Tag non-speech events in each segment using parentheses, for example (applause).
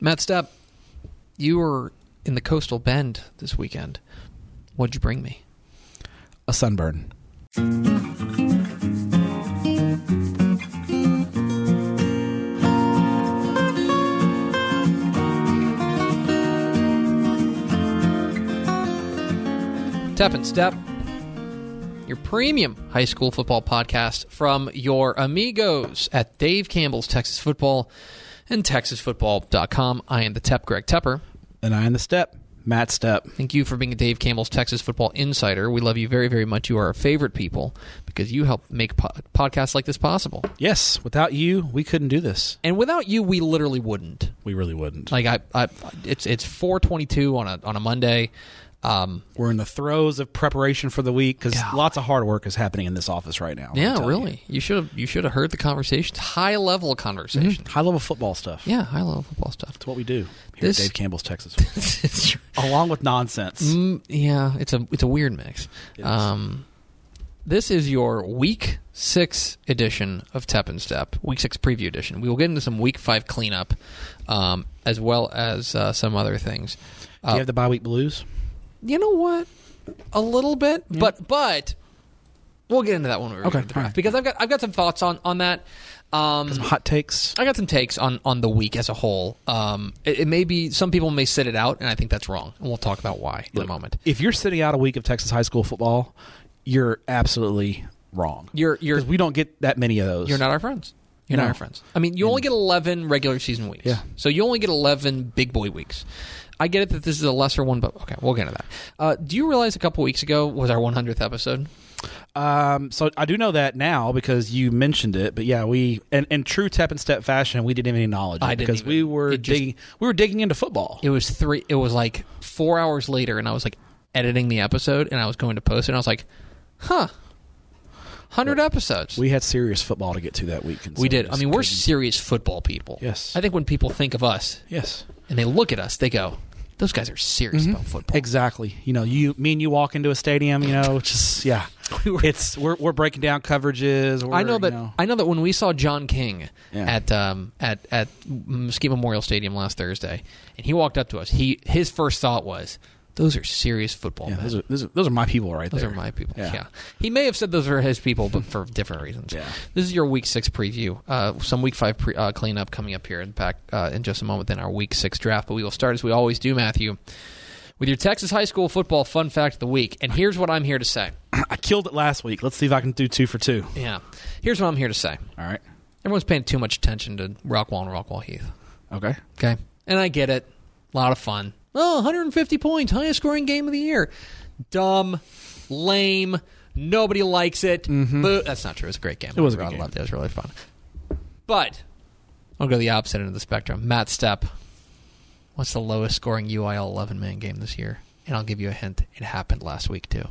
Matt Stapp, you were in the coastal bend this weekend. What'd you bring me? A sunburn. Tap and Step, your premium high school football podcast from your amigos at Dave Campbell's Texas Football and TexasFootball.com. I am the Tep, Greg Tepper. And I on the step. Matt Step. Thank you for being a Dave Campbell's Texas Football Insider. We love you very, very much. You are our favorite people because you help make po- podcasts like this possible. Yes, without you, we couldn't do this. And without you, we literally wouldn't. We really wouldn't. Like I, I it's it's four twenty two on a on a Monday. Um, We're in the throes of preparation for the week because lots of hard work is happening in this office right now. I'll yeah, tell really. You should have you should have heard the conversations. High level you. conversations. Mm. High level football stuff. Mm-hmm. Yeah, high level football (laughs) stuff. It's what we do here This- at Dave Campbell's (laughs) Texas, Football, It's true. along with nonsense. Mm, yeah, it's a it's a weird mix. Um, this is your week six edition of Tep and Step, week six preview edition. We will get into some week five cleanup, um, as well as uh, some other things. do you have the bye week blues? You know what? A little bit, but but we'll get into that when we review Okay, the draft all right. because I've got I've got some thoughts on on that. Um, Some hot takes. I got some takes on on the week as a whole. Um, it, it may be some people may sit it out, and I think that's wrong. And we'll talk about why in a moment. If you're sitting out a week of Texas high school football, you're absolutely wrong. You're you're 'Cause we don't get that many of those. you're not our friends. You're not No. our friends. I mean, you only get eleven regular season weeks. Yeah. So you only get eleven big boy weeks. I get it that this is a lesser one, but okay, we'll get into that. Uh, do you realize a couple weeks ago was our 100th episode? Um, so I do know that now because you mentioned it, but yeah, we and in true tap and step fashion, we didn't even acknowledge it I didn't because even- we were it just- digging we were digging into football. It was three. It was like four hours later, and I was like editing the episode, and I was going to post it, and I was like, huh, hundred episodes. we had serious football to get to that week. and so We did. I just mean, we're couldn't- serious football people. Yes. I think when people think of us yes, and they look at us, they go, "Those guys are serious Mm-hmm. about football." exactly. You know, you me and you walk into a stadium. You know, (laughs) just yeah, it's we're we're breaking down coverages. We're, I know you that. I know that when we saw John King Yeah. at um, at at Mesquite Memorial Stadium last Thursday, and he walked up to us, he his first thought was, "Those are serious football yeah, men. those are, those are those are my people right Those there. are my people. Yeah. Yeah. He may have said those were his people, but for different reasons. Yeah. This is your week six preview. Uh, some week five pre- uh, cleanup coming up here in back uh, in just a moment. Then our week six draft, but we will start as we always do, Matthew, with your Texas high school football fun fact of the week. And here's what I'm here to say. (clears throat) I killed it last week. Let's see if I can do two for two. Yeah. Here's what I'm here to say. All right. Everyone's paying too much attention to Rockwall and Rockwall Heath. Okay. Okay. And I get it. A lot of fun. Oh, 150 points, highest scoring game of the year. Dumb, lame, nobody likes it. Boo. That's not true. It was a great game. It was a I good game. loved it. It was really fun. But I'll go the opposite end of the spectrum. Matt Step, what's the lowest scoring UIL 11 man game this year? And I'll give you a hint. It happened last week, too.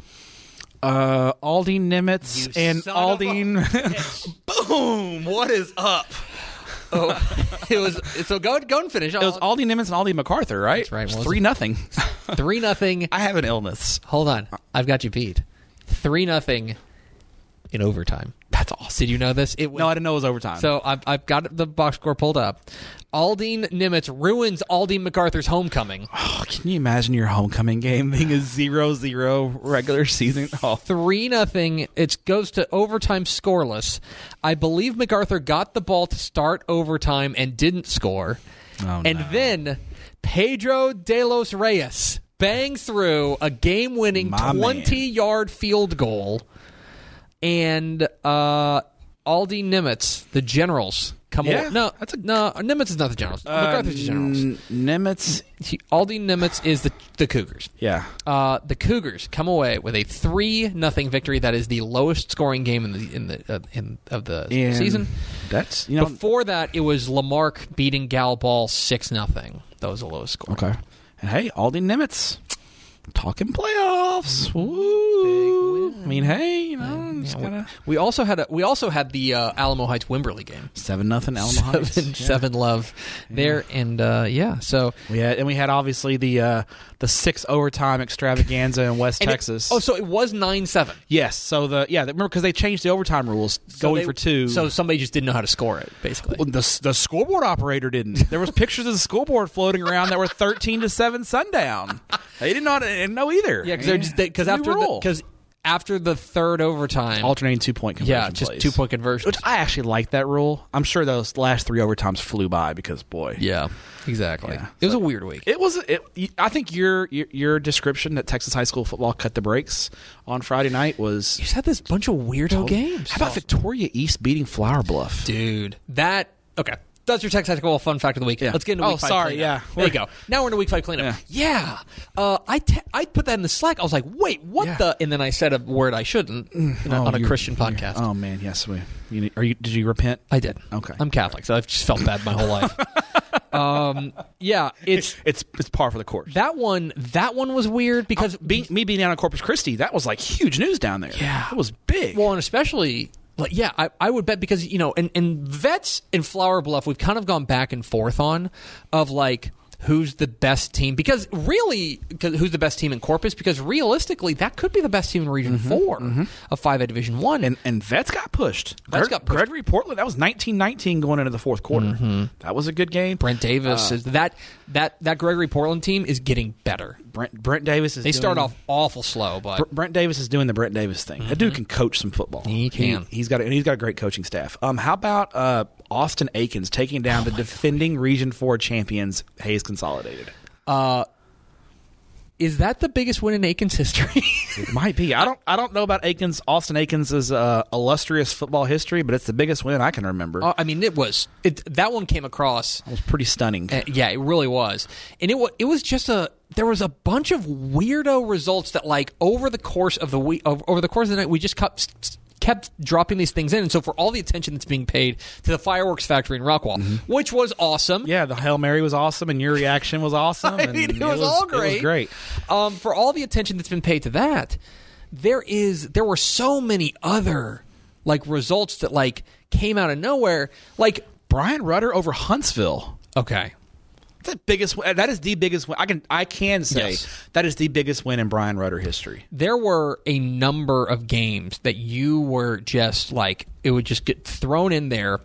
Uh, Aldine Nimitz You and son of a Aldine. Boom! What is up? (laughs) Oh, it was. So go, go and finish. It was Aldi Nimitz and Aldi MacArthur, right? That's right, wasn't Three nothing. (laughs) 3 nothing. I have an illness. Hold on. I've got you beat. 3 nothing in overtime. That's awesome. Did you know this? It No, I didn't know it was overtime. So I've, I've got the box score pulled up. Aldine Nimitz ruins Aldine MacArthur's homecoming. Oh, can you imagine your homecoming game being a zero-zero regular season? (laughs) Oh, Three nothing. It goes to overtime scoreless. I believe MacArthur got the ball to start overtime and didn't score. Oh, and no. then Pedro de los Reyes bangs through a game-winning My man. twenty-yard field goal, and uh, Aldi Nimitz, the Generals, come Yeah, away. No, that's a- Uh, no. Nimitz is not the Generals. MacArthur's the Generals. N- Nimitz. he, Aldi Nimitz is the the Cougars. Yeah. Uh, the Cougars come away with a three nothing victory. That is the lowest scoring game in the in the uh, in of the And season. That's you know. Before that, it was Lamarck beating Gal Ball six nothing. That was the lowest score. okay. And hey, Aldi Nimitz. talking playoffs. Woo. Mm. Big win. I mean, hey, you know, Yeah, just we- gotta we, also had a, we also had the uh, Alamo Heights Wimberley game. seven nothing Alamo seven, Heights. Yeah. seven love there, and uh, yeah. So We had, and we had obviously the uh, the six overtime extravaganza in West and it- Texas. oh, so it was nine seven. yes. So the yeah, remember because they changed the overtime rules going for two. So somebody just didn't know how to score it, basically. Well, the the scoreboard operator didn't. There was pictures of the scoreboard floating around that were thirteen to seven sundown. They did not they didn't know either. yeah, because because New after rule. because after the third overtime, alternating two point conversion yeah, just plays. two point conversion. Which I actually like that rule. I'm sure those last three overtimes flew by because boy, Yeah, exactly. Yeah. It was a weird week. It was. It, I think your, your your description that Texas high school football cut the brakes on Friday night was You just had this bunch of weirdo games. How about Victoria East beating Flower Bluff? dude? That okay. That's your Texas Tactical fun fact of the week. Yeah. Let's get into Oh, week five. sorry, cleanup. yeah. there you (laughs) go. Now we're into week five cleanup. Yeah, Uh, I te- I put that in the Slack. I was like, wait, what Yeah. the? And then I said a word I shouldn't in a- Oh, on a you- Christian you- podcast. Oh man, yes, we. You, are you? Did you repent? I did. Okay. I'm Catholic, so I've just felt bad my whole (laughs) life. um, yeah, it's It's it's par for the course. that one. That one was weird because Be, me being down in Corpus Christi, that was like huge news down there. Yeah. it was big. Well, and especially like yeah, I, I would bet because you know, and and vets and Flower Bluff, we've kind of gone back and forth on of like who's the best team because really 'cause who's the best team in Corpus because realistically that could be the best team in Region Four of Five A Division One. and and vets got pushed. Vets got pushed. Gregory Portland. That was nineteen nineteen going into the fourth quarter. That was a good game. Brent Davis is that that that Gregory Portland team is getting better. Brent, Brent Davis is. They start doing- off awful slow, but Br- Brent Davis is doing the Brent Davis thing. That dude can coach some football. He can. He, has got a, and he's got a great coaching staff. Um, how about uh, Austin Akins taking down the defending Region Four champions Hayes Consolidated? is that the biggest win in Aiken's history? It might be. I don't. I don't know about Akins. Austin Akins' uh, illustrious football history, but it's the biggest win I can remember. (laughs) Uh, I mean, it was it, that one came across it was pretty stunning. Uh, yeah, it really was, and it was it was just a there was a bunch of weirdo results that like over the course of the week over, over the course of the night we just kept kept dropping these things in, and so for all the attention that's being paid to the fireworks factory in Rockwall, which was awesome. Mm-hmm. yeah, the Hail Mary was awesome, and your reaction was (laughs) awesome. I and mean, (laughs) it, was all great. It was great. Um, for all the attention that's been paid to that, there is there were so many other like results that like came out of nowhere. Like Brian Rudder over Huntsville. okay, That's the biggest. win- That is the biggest win. I can. I can say Yes. that is the biggest win in Brian Rudder history. there were a number of games that you were just like it would just get thrown in there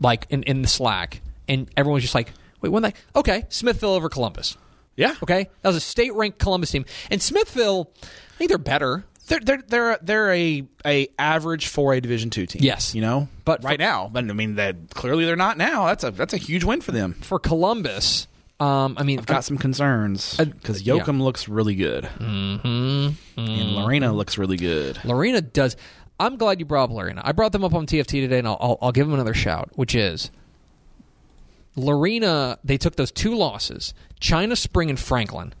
like in, in the slack and everyone's just like wait one night okay smithville over columbus Yeah. okay that was a state ranked columbus team and smithville i think they're better They're they're they're they're a a average four A Division two team. Yes. You know. But right for- now, but I mean, that clearly they're not now. That's a that's a huge win for them. for columbus um, i mean Got some concerns because yeah. Yoakum looks really good, mm-hmm, and Lorena looks really good. Lorena does. I'm glad you brought up Lorena. I brought them up on TFT today, and I'll, I'll, I'll give them another shout, which is Lorena. They took those two losses, China Spring and Franklin.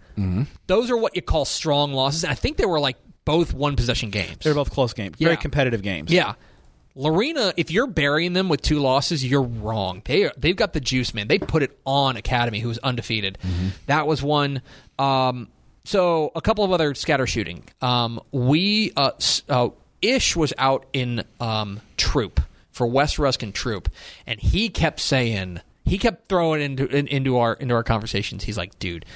Those are what you call strong losses. And I think they were like both one possession games. They're both close games, Yeah. very competitive games. yeah. Lorena, if you're burying them with two losses, you're wrong. They are, they've got the juice, man. They put it on Academy, who's undefeated. Mm-hmm. That was one. Um, so a couple of other scatter shooting. Um, we uh, s- uh, Ish was out in um, Troop for West Ruskin Troop, and he kept saying he kept throwing into in, into our into our conversations. He's like, dude,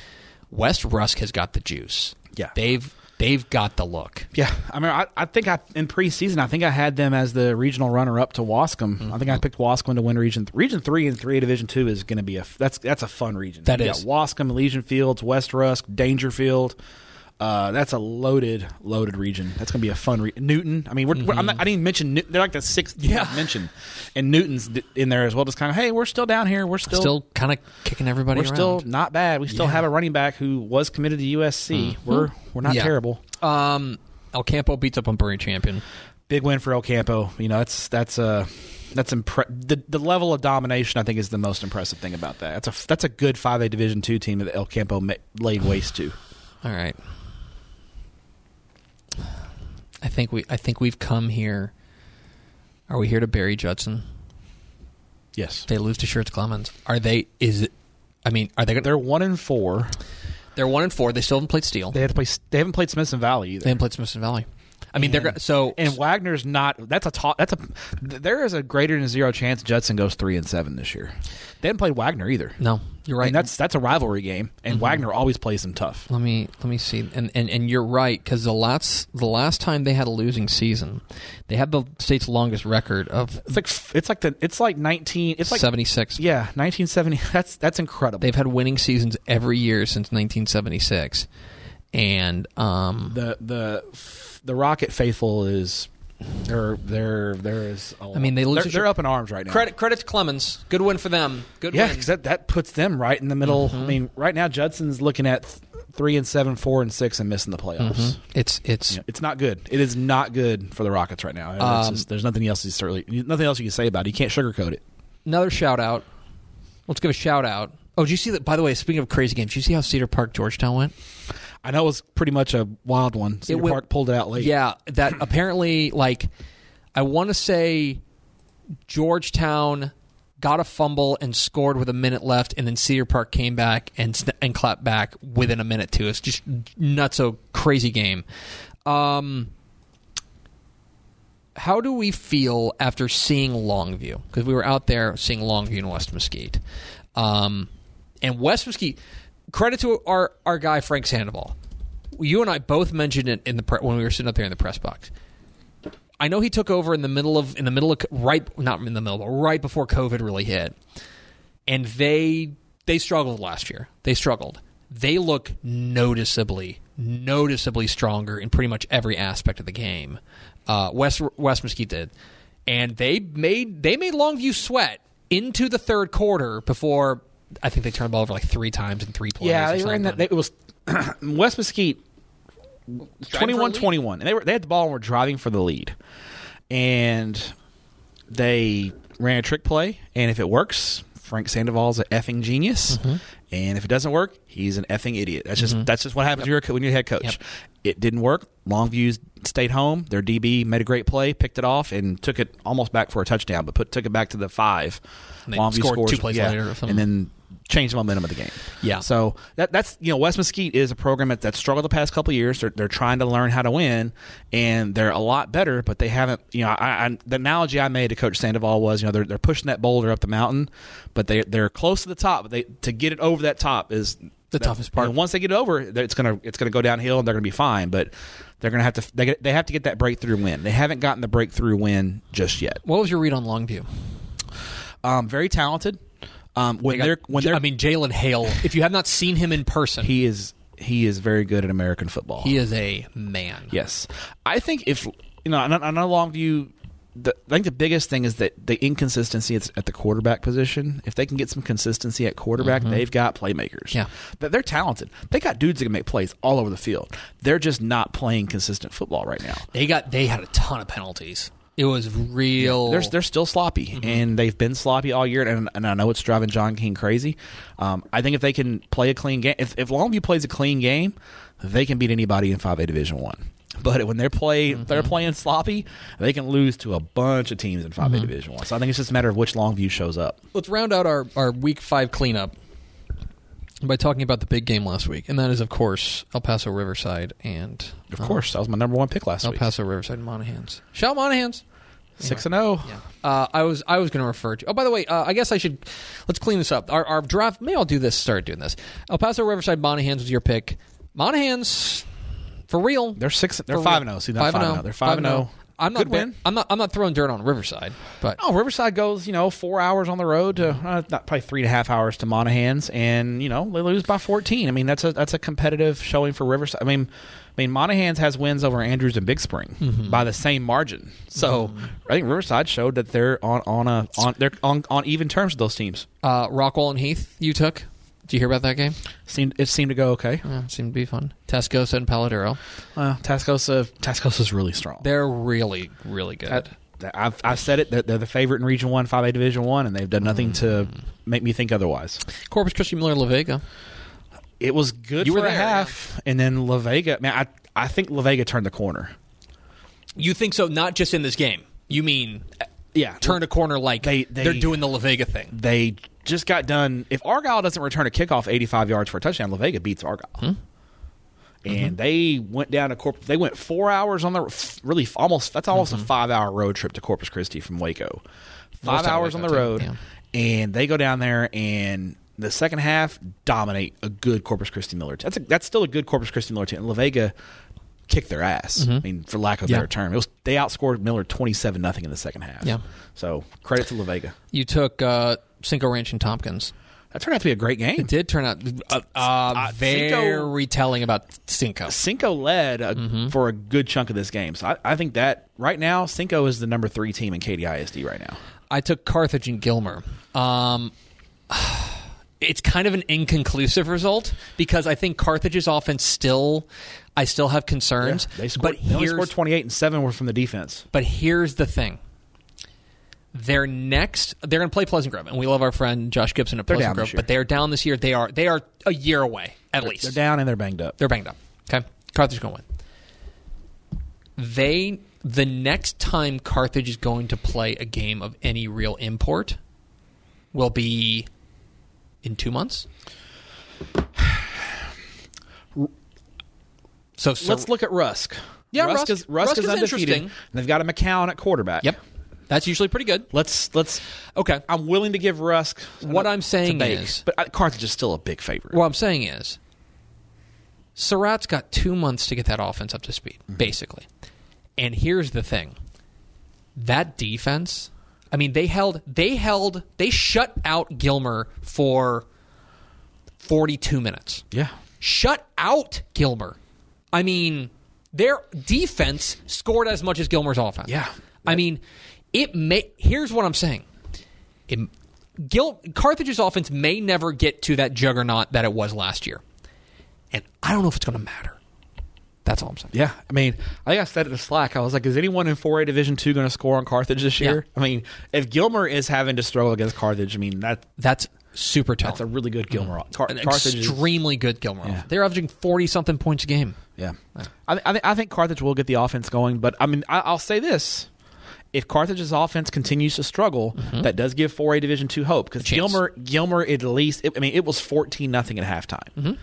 West Rusk has got the juice. Yeah. they've they've got the look. Yeah, I mean, I, I think I in preseason, I think I had them as the regional runner-up to Wascom. I Mm-hmm. think I picked Wascom to win region th- region three and three A division two is going to be a f- that's that's a fun region. That That is is. Wascom, Elysian Fields, West Rusk, Dangerfield. Uh, that's a loaded, loaded region. That's going to be a fun re- Newton. I mean, we're, we're- I'm not, I didn't even mention New- they're like the sixth Mm-hmm. Yeah. (laughs) mention, and Newton's d- in there as well. Just kind of hey, we're still down here. We're still, Still kind of kicking everybody we're around. still not bad. We still have a running back who was committed to USC. We're we're not Mm-hmm. Yeah. terrible. Um, El Campo beats up on Bury Champion. big win for El Campo. You know, that's that's uh that's impre- the the level of domination I think is the most impressive thing about that. That's a that's a good 5A Division 2 team that El Campo ma- laid waste to. All right. I think we I think we've come here. Are we here to bury Judson? Yes. They lose to Shirts Clemens. Are they is it I mean, are they gonna They're 1 and 4. They're one and four. They still haven't played Steel. They They, had to play. They haven't played Smithson Valley either. haven't played Smithson Valley. I mean, they're And- go- so and Wagner's not. That's a top. That's a. There is a greater than zero chance Judson goes three and seven this year. They didn't play Wagner either. no. You're I right. mean, that's that's a rivalry game, and Wagner always plays them tough. Let me let me see, and and, and you're right because the last the last time they had a losing season, they had the state's longest record of It's like f- it's like the it's like nineteen. It's like seventy six. yeah, nineteen seventy. (laughs) That's that's incredible. They've had winning seasons every year since 1976, and um, the the f- the Rocket faithful is there. There there is. A lot. mean, they lose They're, to- they're up in arms right now. credit credit to Clemens. Good win for them. Good Yeah, win. because that, that puts them right in the middle. Mm-hmm. I mean, right now Judson's looking at th- three and seven, four and six, and missing the playoffs. It's it's Yeah, It's not good. It is not good for the Rockets right now. It's Um, just- there's nothing else you certainly nothing else you can say about it. You can't sugarcoat it. another shout out. Let's give a shout out. Oh, did you see that? By the way, speaking of crazy games, did you see how Cedar Park Georgetown went? I know it was pretty much a wild one. Cedar went- Park pulled it out late. Yeah, that apparently, like, I want to say Georgetown got a fumble and scored with a minute left, and then Cedar Park came back and sn- and clapped back within a minute too. It's just nuts, so crazy game. Um, how do we feel after seeing Longview? Because we were out there seeing Longview and West Mesquite, um, and West Mesquite. Credit to our our guy Frank Sandoval. You and I both mentioned it in the pre- when we were sitting up there in the press box. I know he took over in the middle of in the middle of right not in the middle but right before COVID really hit, and they they struggled last year. They struggled. They look noticeably noticeably stronger in pretty much every aspect of the game. Uh, West West Mesquite did, and they made they made Longview sweat into the third quarter before I think they turned the ball over like three times in three plays. yeah. or They something. ran that. They, it was (clears throat) West Mesquite, 21-21. and they were they had the ball and were driving for the lead, and they ran a trick play. And if it works, Frank Sandoval's an effing genius. Mm-hmm. And if it doesn't work, he's an effing idiot. That's just that's just what happens when you're a co- when you're a head coach. Yep. It didn't work. Longview's stayed home. Their DB made a great play, picked it off, and took it almost back for a touchdown, but put took it back to the five. And they scored two plays later or something. and then changed the momentum of the game. Yeah. So that that's you know West Mesquite is a program that, that's struggled the past couple of years. They're, they're trying to learn how to win, and they're a lot better, but they haven't. You know, I, I, the analogy I made to Coach Sandoval was you know they're, they're pushing that boulder up the mountain, but they they're close to the top. But they to get it over that top is The toughest part. And once they get it over, they're- it's gonna it's gonna go downhill, and they're gonna be fine. But they're gonna have to they get, they have to get that breakthrough win. They haven't gotten the breakthrough win just yet. What was your read on Longview? Um, very talented. Um, when They got- they are when they're I mean, Jalen Hale. If you have not seen him in person, he, he is he is very good at American football. is a man. Yes, I think if you know, I know, I know Longview. The, I think the biggest thing is that the inconsistency is at the quarterback position. If they can get some consistency at quarterback, they've got playmakers. Mm-hmm. Yeah. That they're talented. They got dudes that can make plays all over the field. They're just not playing consistent football right now. They got they had a ton of penalties. It was real. They're, they're still sloppy, Mm-hmm. and they've been sloppy all year. And, and I know it's driving John King crazy. Um, I think if they can play a clean game, if, if Longview plays a clean game, they can beat anybody in five A Division One. But when they're play Mm-hmm. they're playing sloppy, they can lose to a bunch of teams in 5 Mm-hmm. A Division One. So I think it's just a matter of which Longview shows up. Let's round out our our week five cleanup by talking about the big game last week, and that is of course El Paso Riverside and Of course, that was my number one pick last El week. Paso Riverside Monahans. Shout Monahans. Six and oh. zero. Uh, I was I was going to refer to. Oh, by the way, uh, I guess I should let's clean this up. Our, our draft. Maybe I'll do this. Start doing this. El Paso Riverside Monahans was your pick. Monahans for real. They're six. They're For five real. oh. and zero. See, not five and zero. They're five and zero. I'm not. Good ba- win. I'm not. I'm not throwing dirt on Riverside, but Oh, Riverside goes, you know, four hours on the road to uh, not probably three and a half hours to Monahan's, and you know they lose by fourteen. I mean, that's a that's a competitive showing for Riverside. I mean, I mean Monahan's has wins over Andrews and Big Spring by the same margin. So I think Riverside showed that they're on on a on they're on, on even terms with those teams. uh, Rockwell and Heath, you took. Did you hear about that game? Seemed it seemed to go okay. Yeah, it seemed to be fun. Tascosa and Paladuro. Uh, Tascosa Tascosa's really strong. They're really, really good. That- that- I've, I've said it. that They're the favorite in Region One, Five A Division One, and they've done nothing to make me think otherwise. Corpus Christi Miller La Vega. It was good You for were a there, half, and then La Vega. Man, I I think La Vega turned the corner. You think so? Not just in this game. You mean Yeah. turned a corner like They- they, they- are doing the La Vega thing. They just got done. If Argyle doesn't return a kickoff 85 yards for a touchdown, La Vega beats Argyle. Hmm. Mm-hmm. And they went down to Corpus. They went four hours on the f- really f- almost that's almost a five hour road trip to Corpus Christi from Waco. Five Mm-hmm. Most out of hours on the Waco, too. road, Yeah. and they go down there and the second half dominate a good Corpus Christi Miller. Team. That's a, that's still a good Corpus Christi Miller team. And La Vega kicked their ass. I mean, for lack of a Mm-hmm. Yeah. better term, it was they outscored Miller twenty seven nothing in the second half. Yeah. So credit to La Vega. You took uh, Cinco Ranch and Tompkins. That turned out to be a great game. It did turn out uh, uh, Cinco- very telling about Cinco. Cinco led uh for a good chunk of this game. So I, I think that right now, Cinco is the number three team in KDISD right now. I took Carthage and Gilmer. Um, (sighs) it's kind of an inconclusive result because I think Carthage's offense still, I still have concerns. They scored, but they only here's scored 28 and seven were from the defense. But here's the thing. Their next, they're going to play Pleasant Grove, and we love our friend Josh Gibson at down Pleasant this Grove. year. But they are down this year. They are they are a year away at least. They're down and they're banged up. They're banged up. Okay, Carthage going to win. They the next time Carthage is going to play a game of any real import will be in two months. So, so Let's look at Rusk. Yeah, Rusk, Rusk- is Rusk, Rusk is, is undefeated. interesting. And they've got a McCown at quarterback. Yep, that's usually pretty good. Let's let's. Okay, I'm willing to give Rusk What I'm saying debate, is- but I- Carthage is still a big favorite. What I'm saying is, Surratt's got two months to get that offense up to speed, basically. And here's the thing: that defense. I mean, they held, they held, they shut out Gilmer for 42 minutes. yeah, Shut out Gilmer. I mean, their defense scored as much as Gilmer's offense. Yeah. I mean, it may. Here's what I'm saying. It, Gil, Carthage's offense may never get to that juggernaut that it was last year, and I don't know if it's going to matter. That's all I'm saying. yeah. I mean, I think I said it to Slack. I was like, is anyone in 4A Division two going to score on Carthage this Yeah. year? I mean, if Gilmer is having to struggle against Carthage, I mean that That's super tough. It's a really good Gilmore. Car- Mm-hmm. An Carthage is- extremely good Gilmer. Yeah. They're averaging forty something points a game. yeah, I, th- I, th- I think Carthage will get the offense going, but I mean, I- I'll say this: if Carthage's offense continues to struggle, that does give four A Division two hope because Mm-hmm. chance. Gilmer, Gilmer at least, I mean, it was fourteen nothing at halftime.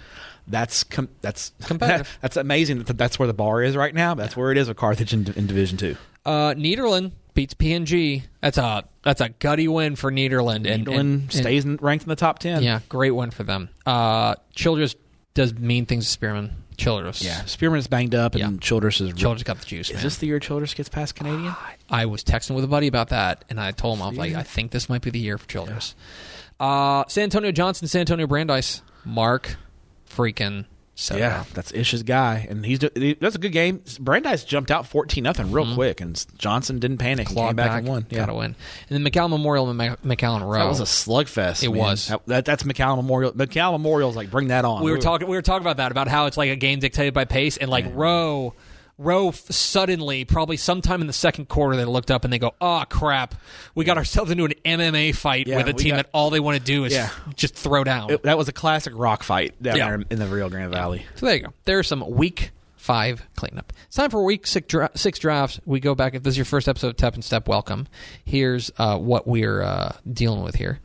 That's com- that's Mm-hmm. Competitive. (laughs) that's amazing. That that's where the bar is right now. That's where it is with Carthage in, in Division two. Uh, Nederland beats PNG. That's a that's a gutty win for Nederland. And, and- England stays in, ranked in the top ten. Yeah, great win for them. Uh, Childress does mean things to Spearman. Childress. yeah. Spearman's banged up, and Yeah. Childress is. Childress got the juice, is man. this the year Childress gets past Canadian? I was texting with a buddy about that, and I told him, I was like, I think this might be the year for Childress. Uh, San Antonio Johnson, San Antonio Brandeis, Mark freaking Soto. Yeah, that's Ish's guy, and he's do- that's a good game. Brandeis jumped out fourteen nothing real Mm-hmm. quick, and Johnson didn't panic, and Clawed came back, and won. Got to win. And then McAllen Memorial and Mc- McAllen Row. That was a slugfest. It man. was. That, that- that's McAllen Memorial. McAllen Memorial's like bring that on. we were talking we were talking about that about how it's like a game dictated by pace and like row row f- suddenly probably sometime in the second quarter they looked up and they go oh crap we got ourselves into an mma fight Yeah, with a we team got- that all they want to do is Yeah. just throw down It- that was a classic rock fight down Yeah. there in the Rio Grande Valley. so there you go there's some week five cleanup it's time for week six, dra- six drafts we go back if this is your first episode of tap and step welcome here's uh, what we're uh, dealing with here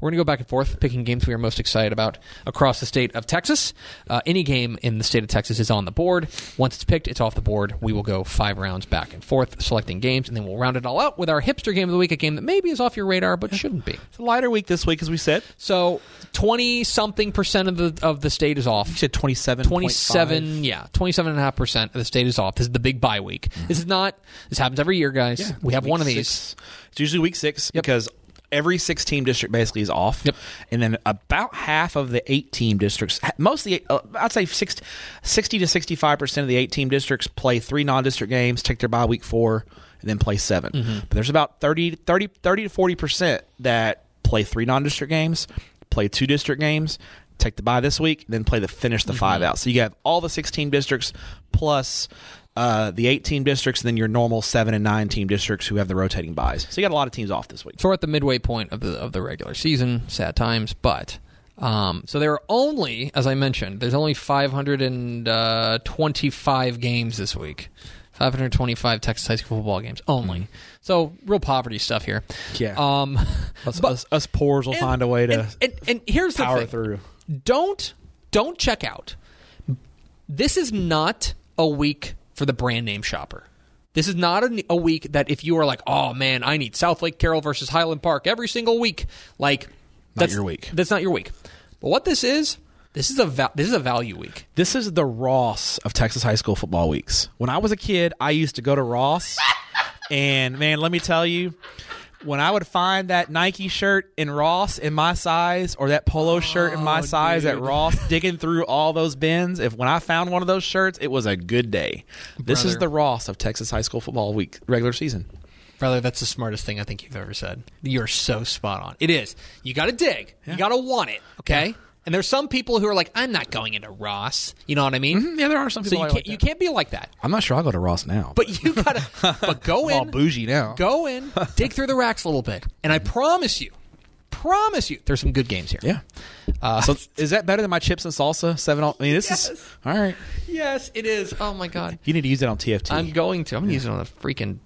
we're going to go back and forth picking games we are most excited about across the state of Texas. Uh, any game in the state of Texas is on the board. Once it's picked, it's off the board. We will go five rounds back and forth selecting games, and then we'll round it all out with our hipster game of the week, a game that maybe is off your radar but shouldn't be. It's a lighter week this week, as we said. So, 20 something percent of the, of the state is off. You said twenty seven. 27 yeah 27.5% of the state is off this is the big bye week this is not this happens every year guys we have Mm-hmm. one Week of six. these It's usually week six because every six team district basically is off. Yep. And then about half of the eight team districts, most of the, uh, I'd say 60, 60 to 65% of the eight team districts play three non district games, take their bye week four, and then play 7 Mm-hmm. But there's about 30, 30, 30 to 40% that play three non district games, play two district games. Take the bye this week, then play the finish the five out. So you have all the sixteen districts plus uh, the 18 districts and then your normal 7 and 9 team districts who have the rotating buys. So you got a lot of teams off this week. So we're at the midway point of the of the regular season. Sad times, but um, so there are only, as I mentioned, there's only 525 uh, games this week. 525 Texas high school football games only. So real poverty stuff here. Mm-hmm. Yeah. Um, us, us, us poors will find a way to and, and, and here's the power thing. through. Don't don't check out. This is not a week for the brand name shopper. This is not a, a week that if you are like, oh man, I need South Lake Carroll versus Highland Park every single week. Like, that's your week. That's not your week. But what this is, this is a va- this is a value week. This is the Ross of Texas high school football weeks. When I was a kid, I used to go to (laughs) Ross, and man, let me tell you, when I would find that Nike shirt in Ross in my size, or that polo shirt in my size at dude. Ross, digging through all those bins, if when I found one of those shirts, it was a good day. This is Brother. the Ross of Texas high school football week regular season. Brother, that's the smartest thing I think you've ever said. You're so spot on. It is. You got to dig. You got to want it. Okay. And there's some people who are like, I'm not going into Ross. You know what I mean? Yeah, there are some So you people. I can't like you that. can't be Mm-hmm. like that. I'm not sure I go to Ross now, But you gotta but go I'm all in, bougie now. go in, dig through the racks a little bit, and I promise you, promise you, there's some good games here. Yeah. so Uh, is that better than my chips and salsa? Seven. All, I mean, this Yes. is all right. Yes, it is. Oh my god, You need to use it on TFT. I'm going to. I'm gonna use it on the freaking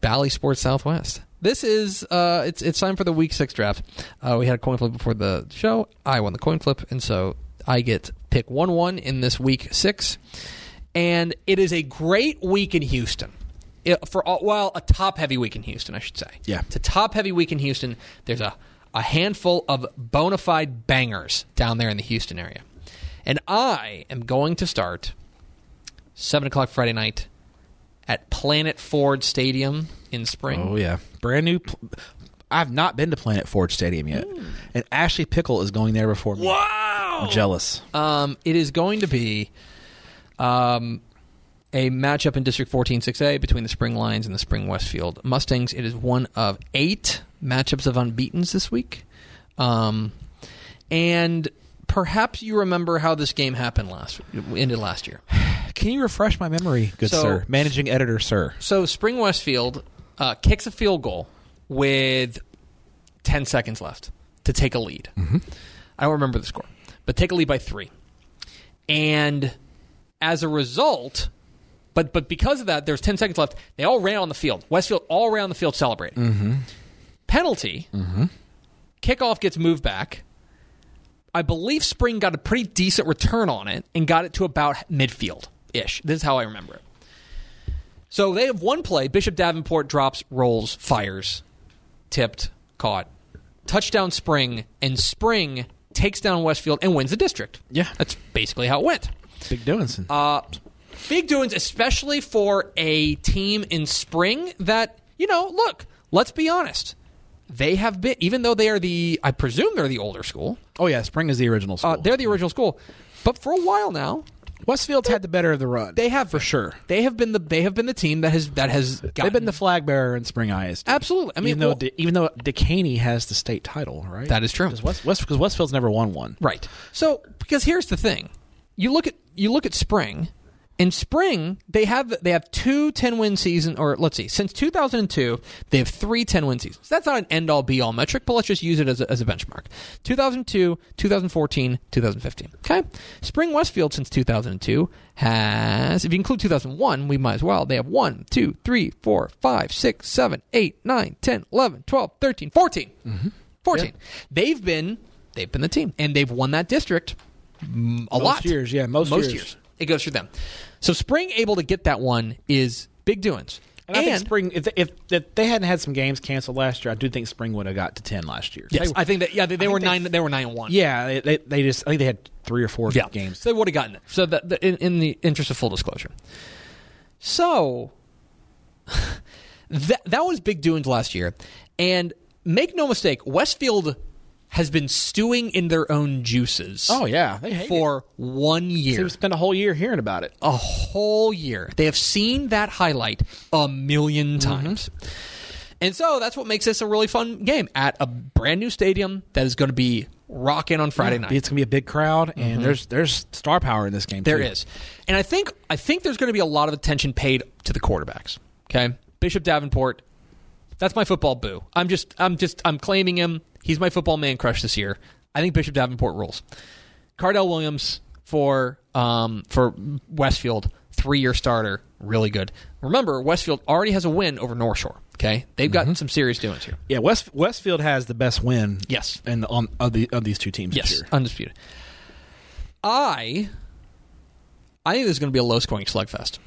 Bally Sports Southwest. This is uh, it's it's time for the week six draft. Uh, we had a coin flip before the show. I won the coin flip, and so I get pick one one in this week six, and it is a great week in Houston. It, for all, well, a top heavy week in Houston, I should say. Yeah. it's a top heavy week in Houston. There's a a handful of bona fide bangers down there in the Houston area, and I am going to start seven o'clock Friday night at Planet Ford Stadium in Spring. oh yeah, brand new. Pl- I've not been to Planet Ford Stadium yet, and Ashley Pickle is going there before me. Hmm. Wow! I'm jealous. Um, it is going to be um, a matchup in District 14 6A between the Spring Lions and the Spring Westfield Mustangs. It is one of eight matchups of unbeatens this week. Um, and perhaps you remember how this game happened last ended last year. Can you refresh my memory, good So- sir, managing editor, sir? So Spring Westfield uh, kicks a field goal with 10 seconds left to take a lead. I don't remember the score, but take a lead by three. And as a result, but but because of that, there's 10 seconds left. They all ran on the field. Westfield all ran on the field celebrating. Penalty. Kickoff gets moved back. I believe Spring got a pretty decent return on it and got it to about midfield ish. This is how I remember it. So they have one play. Bishop Davenport drops, rolls, fires, tipped, caught. Touchdown Spring, and Spring takes down Westfield and wins the district. Yeah. That's basically how it went. Big Doinson. Uh, big doings, especially for a team in spring that, you know, look, let's be honest. They have been, even though they are the, I presume they're the older school, oh yeah, Spring is the original school. uh, they're the original school. But for a while now, Westfield's had the better of the run. they have for sure. They have been the they have been the team that has that has gotten, They've been the flag bearer in Spring ISD. absolutely. I mean, even though well, De- even though DeCaney has the state title, right? That is true. Because West, West, 'cause Westfield's never won one. Right. So because here's the thing, you look at you look at spring. In spring, they have they have two 10 win season or let's see, since 2002, they have three 10 win seasons. That's not an end all be all metric, but let's just use it as a, as a benchmark. 2002, 2014, 2015. Okay, Spring Westfield since 2002 has, if you include 2001, we might as well. They have 1, 2, 3, 4, 5, 6, 7, 8, 9, 10, 11, 12, 13, 14. 14. They've been they've been the team and they've won that district mm, a Most lot years, yeah, most years. It goes through them. So spring able to get that one is big doings. And, I think spring, if, if if they hadn't had some games canceled last year, I do think spring would have got to ten last year. yes, They- I think that yeah, they, they think were they- nine they were 9 and 1. yeah, they, they, they just I think they had three or four yeah. games. So they would have gotten it. So that the, in, in the interest of full disclosure. So (laughs) that that was big doings last year, and make no mistake, Westfield has been stewing in their own juices. Oh yeah, they hate it. for one year. They spent a whole year hearing about it. a whole year. They have seen that highlight a million times. And so that's what makes this a really fun game at a brand new stadium that is going to be rocking on Friday night. It's gonna be a big crowd, and there's there's star power in this game. There too. is. And I think I think there's going to be a lot of attention paid to the quarterbacks. Okay? Bishop Davenport. That's my football boo. I'm just I'm just I'm claiming him. He's my football man crush this year. I think Bishop Davenport rules. Cardell Williams for um for Westfield, 3-year starter. really good. Remember, Westfield already has a win over North Shore. Okay, they've gotten some serious doings here. Yeah, West Westfield has the best win. Yes. and on of the of these two teams. Yes, this year. undisputed. I, I think this is going to be a low-scoring slugfest.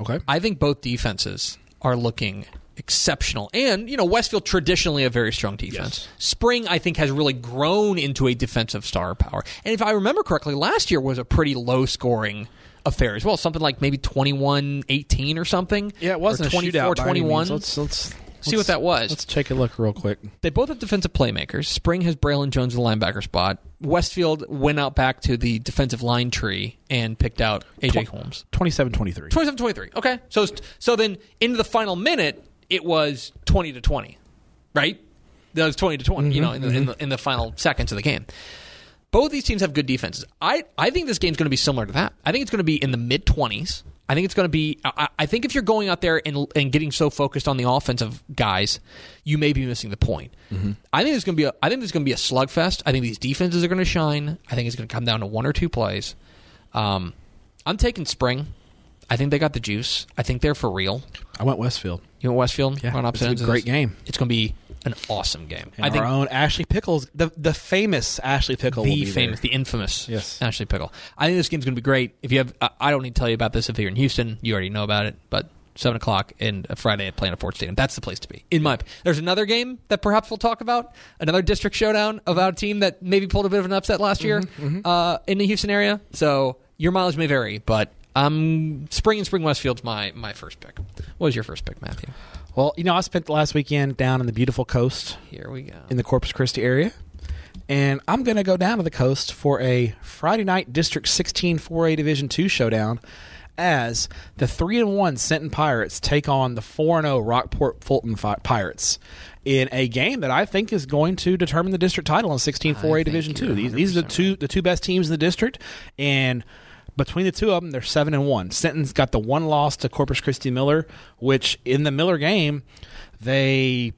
Okay. I think both defenses are looking exceptional. And, you know, Westfield traditionally a very strong defense. Yes. Spring, I think, has really grown into a defensive star power. And if I remember correctly, last year was a pretty low scoring affair as well, something like maybe 21 18 or something. Yeah, it wasn't or 24 21. Let's, let's See what that was. Let's take a look real quick. They both have defensive playmakers. Spring has Braylon Jones at the linebacker spot. Westfield went out back to the defensive line tree and picked out AJ Holmes. 27-23. 27 23. Okay. So it's- so then into the final minute, it was 20 to 20, right? That was 20 to 20, you know, in the, in, the, in the final seconds of the game. Both these teams have good defenses. I, I think this game's going to be similar to that. I think it's going to be in the mid 20s. I think it's going to be. I, I- I think if you're going out there and, and getting so focused on the offensive guys, you may be missing the point. Mm-hmm. I think there's going to be. A, I think there's going to be a slugfest. I think these defenses are going to shine. I think it's going to come down to one or two plays. Um, I'm taking spring. I think they got the juice. I think they're for real. I went Westfield. You know, Westfield. Yeah, on opposite it's a ends of great this. game. It's going to be an awesome game. And I think our own Ashley Pickles, the the famous Ashley Pickle, will the be there. famous, the infamous Yes. Ashley Pickle. I think this game's going to be great. If you have, I I don't need to tell you about this if you're in Houston. You already know about it. But seven o'clock and a Friday at Planet Ford Stadium. That's the place to be. In my, there's another game that perhaps we'll talk about. Another district showdown about a team that maybe pulled a bit of an upset last year Mm-hmm, Uh, in the Houston area. So your mileage may vary, but. Um, spring and spring Westfield's my my first pick. What was your first pick, Matthew? Well, you know, I spent the last weekend down in the beautiful coast Here we go. in the Corpus Christi area, and I'm going to go down to the coast for a Friday night District 16 4A Division two showdown as the three and one Senton Pirates take on the four and zero Rockport Fulton Fi- Pirates in a game that I think is going to determine the district title in 16 I 4A think Division you're two. These, these are the two the two best teams in the district, and between the two of them, they're seven and one. Senton's got the one loss to Corpus Christi Miller, which in the Miller game, they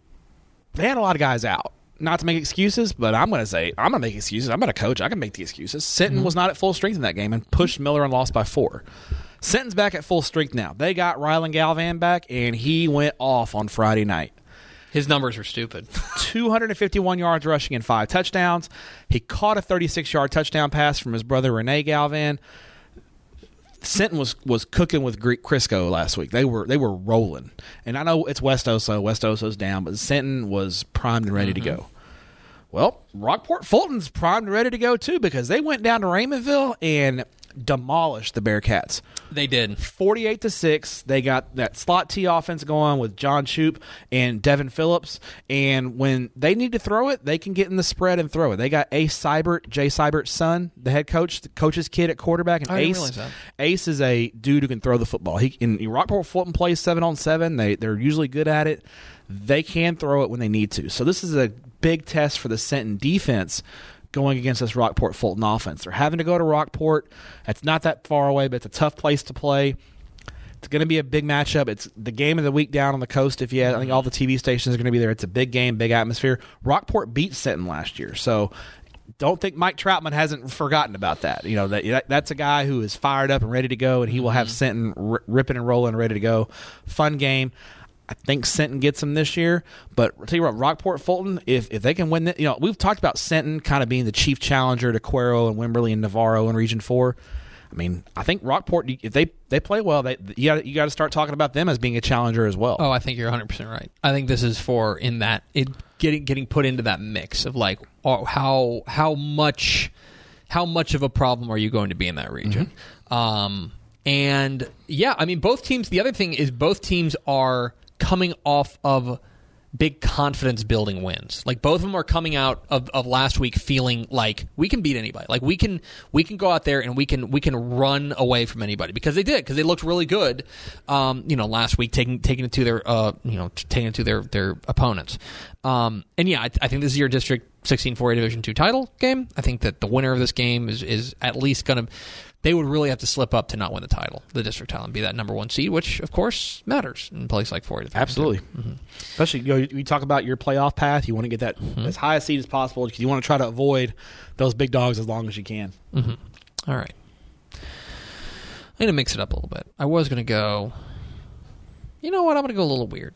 they had a lot of guys out. Not to make excuses, but I'm going to say I'm going to make excuses. I'm not a coach. I can make the excuses. Sinton was not at full strength in that game and pushed Miller and lost by four. Sinton's back at full strength now. They got Rylan Galvan back, and he went off on Friday night. His numbers are stupid. (laughs) 251 yards rushing and five touchdowns. He caught a 36 yard touchdown pass from his brother Renee Galvan. Sinton was was cooking with Greek Crisco last week. They were they were rolling, and I know it's West Oso. West Oso's down, but Sinton was primed and ready to go. Well, Rockport Fulton's primed and ready to go too because they went down to Raymondville and demolished the Bearcats. they did. 48 to 6 they got that slot t offense going with john Shoup and devin phillips and when they need to throw it they can get in the spread and throw it they got ace seibert jay seibert's son the head coach the coach's kid at quarterback and I didn't ace realize that. ace is a dude who can throw the football he in rockport fulton plays seven on seven they, they're usually good at it they can throw it when they need to so this is a big test for the senton defense going against this Rockport Fulton offense. They're having to go to Rockport. That's not that far away, but it's a tough place to play. It's going to be a big matchup. It's the game of the week down on the coast. If you, had, I think all the TV stations are going to be there. It's a big game, big atmosphere. Rockport beat Senton last year, so don't think Mike Troutman hasn't forgotten about that. You know that, that that's a guy who is fired up and ready to go, and he will have Senton r- ripping and rolling, ready to go. Fun game. I think Senton gets them this year, but I'll tell you what, Rockport Fulton, if, if they can win that, you know, we've talked about Senton kind of being the chief challenger to Cuero and Wimberley and Navarro in Region Four. I mean, I think Rockport, if they they play well, they you got you got to start talking about them as being a challenger as well. Oh, I think you're 100 percent right. I think this is for in that it getting getting put into that mix of like oh, how how much how much of a problem are you going to be in that region? Um, and yeah, I mean both teams. The other thing is both teams are coming off of big confidence building wins. Like both of them are coming out of, of last week feeling like we can beat anybody. Like we can we can go out there and we can we can run away from anybody because they did because they looked really good. Um, you know, last week taking taking it to their uh you know t- taking it to their their opponents. Um, and yeah, I, I think this is your district 16 4A Division two title game. I think that the winner of this game is is at least going to they would really have to slip up to not win the title, the district title, and be that number one seed, which of course matters in a place like 4A. Division. Absolutely, especially you, know, you you talk about your playoff path. You want to get that as high a seed as possible because you want to try to avoid those big dogs as long as you can. All right. I'm going to mix it up a little bit. I was going to go. You know what? I'm going to go a little weird.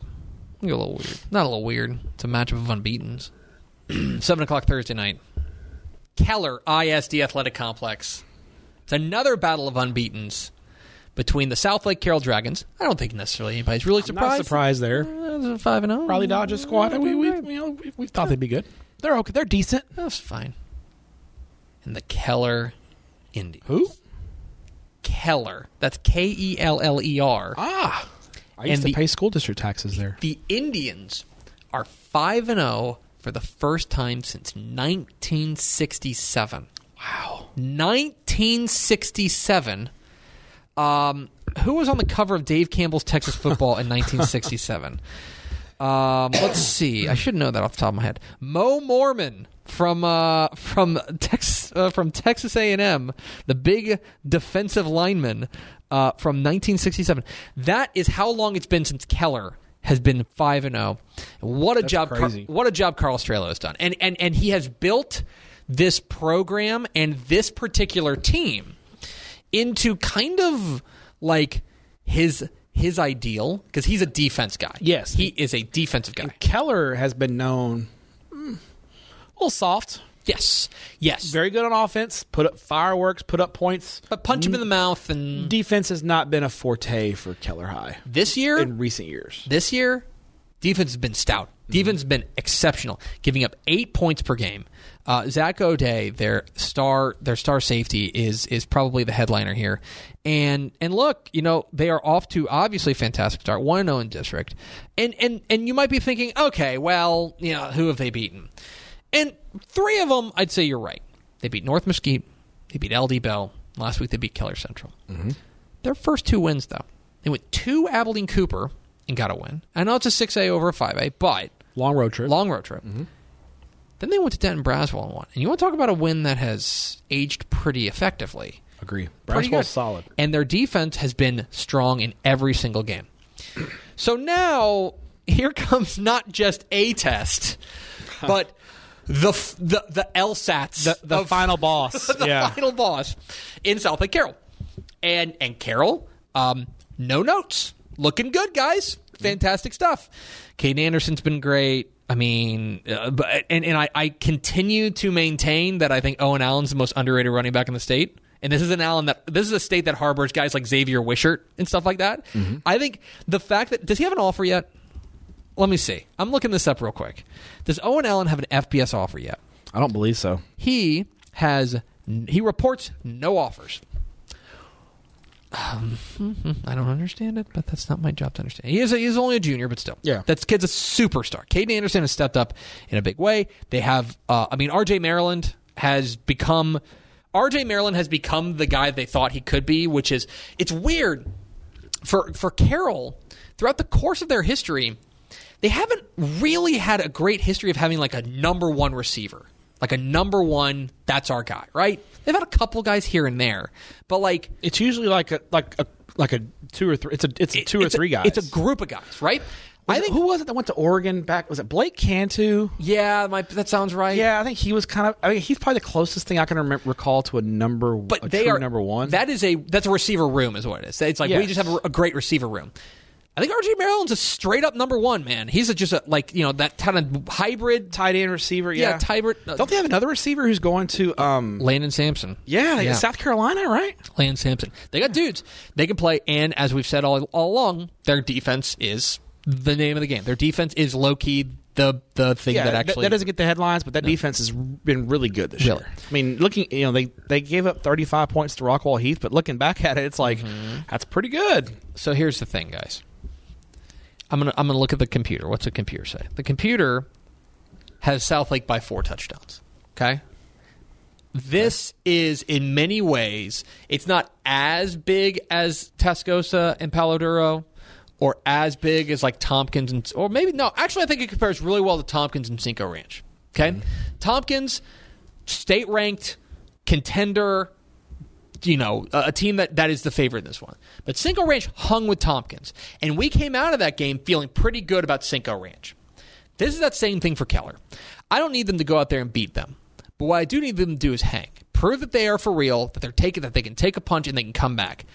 I'm gonna go a little weird. Not a little weird. It's a matchup of unbeaten's. (clears throat) Seven o'clock Thursday night. Keller ISD Athletic Complex. It's another battle of unbeaten's between the South Lake Carroll Dragons. I don't think necessarily anybody's really I'm not surprised. surprised there. Uh, Five and zero. Probably Dodgers squad. We, we, we, you know, we, we thought they'd be good. They're okay. They're decent. That's fine. And the Keller Indies. Who? Keller. That's K E L L E R. Ah, I used And to the- pay school district taxes there. The Indians are 5 and 0 for the first time since 1967. Wow. 1967. Um, who was on the cover of Dave Campbell's Texas Football in 1967? Um, let's see. I should know that off the top of my head. Mo Mormon from uh, from Texas uh, from Texas A and M, the big defensive lineman uh, from 1967. That is how long it's been since Keller has been five and zero. What a job! Car- crazy. what a job Carl Strelo has done, and and and he has built this program and this particular team into kind of like his his ideal because he's a defense guy. Yes. he is a defensive guy. Keller has been known mm, a little soft. Yes, yes. Very good on offense. Put up fireworks. Put up points. but punch him in the mouth, and Defense has not been a forte for Keller High this year, in recent years. this year, defense has been stout. Defense has been exceptional, giving up eight points per game. Uh, Zach O'Day, their star, their star safety is is probably the headliner here, and and look, you know they are off to obviously a fantastic start, one and zero in district, and and and you might be thinking, okay, well, you know who have they beaten? And three of them, I'd say you're right. They beat North Mesquite, they beat LD Bell. Last week they beat Keller Central. Their first two wins, though, they went to Abilene Cooper and got a win. I know it's a 6A over a 5A, but Long road trip. long road trip. Mm-hmm. Then they went to Denton Braswell and won. And you want to talk about a win that has aged pretty effectively. Agree. Pretty good. Braswell's solid. And their defense has been strong in every single game. (clears throat) So now here comes not just a (laughs) test, but the f- the the LSATs, The, the of- final boss. (laughs) the (laughs) yeah. final boss in South Lake Carroll. And and Carroll, um, no notes. Looking good, guys. Fantastic stuff. Kate Anderson's been great. I mean, uh, but, and, and I, I continue to maintain that I think Owen Allen's the most underrated running back in the state. And this is an Allen that this is a state that harbors guys like Xavier Wishart and stuff like that. I think the fact that does he have an offer yet? Let me see. I'm looking this up real quick. Does Owen Allen have an FBS offer yet? I don't believe so. he has he reports no offers. Um, I don't understand it, but that's not my job to understand. He is a, he's only a junior, but still, Yeah. that kid's a superstar. Caden Anderson has stepped up in a big way. They have, uh, I mean, R.J. Maryland has become R.J. Maryland has become the guy they thought he could be, which is it's weird for for Carroll, throughout the course of their history, they haven't really had a great history of having like a number one receiver, like a number one. That's our guy, right? They've had a couple guys here and there, but like It's usually like a like a like a two or three. It's a it's a two or it's a- three guys. It's a group of guys, right? Was I it- think. who was it that went to Oregon back? Was it Blake Cantu? yeah, my, that sounds right. Yeah, I think he was kind of. I mean, he's probably the closest thing I can remember, recall to a number. but a they true are number one. That is a that's a receiver room, is what it is. It's like we Yes. just have a, a great receiver room. I think RJ Maryland's a straight up number one man. He's a, just a like you know that kind of hybrid. Type, tight end receiver. yeah, Yeah, yeah hybrid. Don't they have another receiver who's going to? Um, Landon Sampson. yeah, they- Yeah. South Carolina, right? Lane Sampson. They got dudes. They can play, and as we've said all, all along, their defense is the name of the game. Their defense is low key the the thing Yeah, that actually that doesn't get the headlines, but that defense has been really good this Really. year. I mean, looking, you know, they they gave up 35 points to Rockwall Heath, but looking back at it, it's like that's pretty good. So here's the thing, guys. I'm gonna I'm gonna look at the computer. What's the computer say? The computer has South Lake by four touchdowns. Okay. This is in many ways it's not as big as Tascosa and Palo Duro or as big as like Tompkins and or maybe no, actually I think it compares really well to Tompkins and Cinco Ranch. Okay? Tompkins state ranked contender you know, a, a team that, that is the favorite in this one. But Cinco Ranch hung with Tompkins, and we came out of that game feeling pretty good about Cinco Ranch. This is that same thing for Keller. I don't need them to go out there and beat them, but what I do need them to do is hang, prove that they are for real, that they're taking that they can take a punch and they can come back.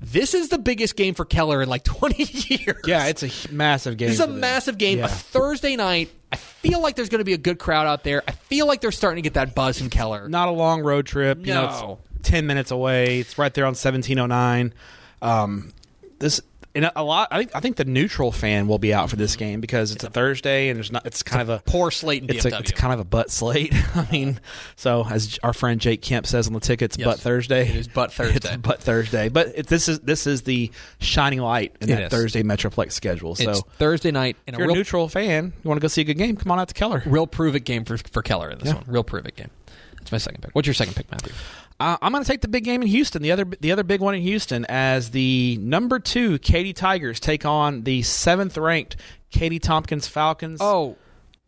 This is the biggest game for Keller in (laughs) like 20 years. Yeah, it's a h- massive game. This is a for them. massive game. Yeah. A Thursday night. I feel like there's going to be a good crowd out there. I feel like they're starting to get that buzz from Keller. Not a long road trip. You know, No. it's ten minutes away. It's right there on seventeen oh nine. Um, this and a- a lot. I think I think the neutral fan will be out for this game because it's a Thursday and there's not. Mm-hmm. It's kind of a Poor Slayton it's, BMW. a, it's kind of a butt slate. (laughs) I mean, so as our friend Jake Kemp says on the tickets, Yes. butt Thursday. It is (laughs) butt It's Thursday. butt Thursday. But it, this is this is the shining light in It that is. Thursday Metroplex schedule. So It's Thursday night and a if you're a real, neutral fan, you want to go see a good game, come on out to Keller. real prove it game for for Keller in this Yeah. one. Real prove it game. That's my second pick. What's your second pick, Matthew? Uh, I'm going to take the big game in Houston, the other the other big one in Houston, as the number two Katy Tigers take on the seventh ranked Katy Tompkins Falcons. Oh,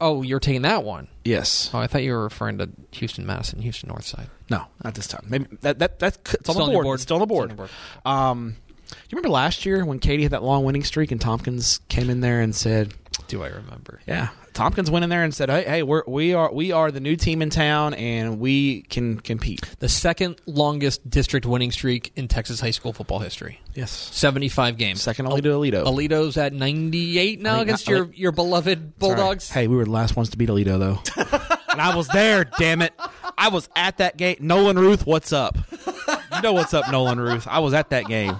oh, you're taking that one. yes, Oh, I thought you were referring to Houston, Madison, Houston North Side. no, not this time. Maybe that that that's it's on, the board. It's still on the board. It's on the board. Um, you remember last year when Katie had that long winning streak and Tompkins came in there and said, Do I remember? "Yeah, Tompkins went in there and said, hey, hey, we're, we are we are the new team in town and we can compete." The second longest district winning streak in Texas high school football history. Yes, 75 games. second only to Alito. Alito's at 98 now I think against not- I your, your beloved Sorry. Bulldogs. Hey, we were the last ones to beat Alito though, (laughs) and I was there. Damn it, I was at that game. Nolan Ruth, what's up? You know what's up, Nolan Ruth. I was at that game.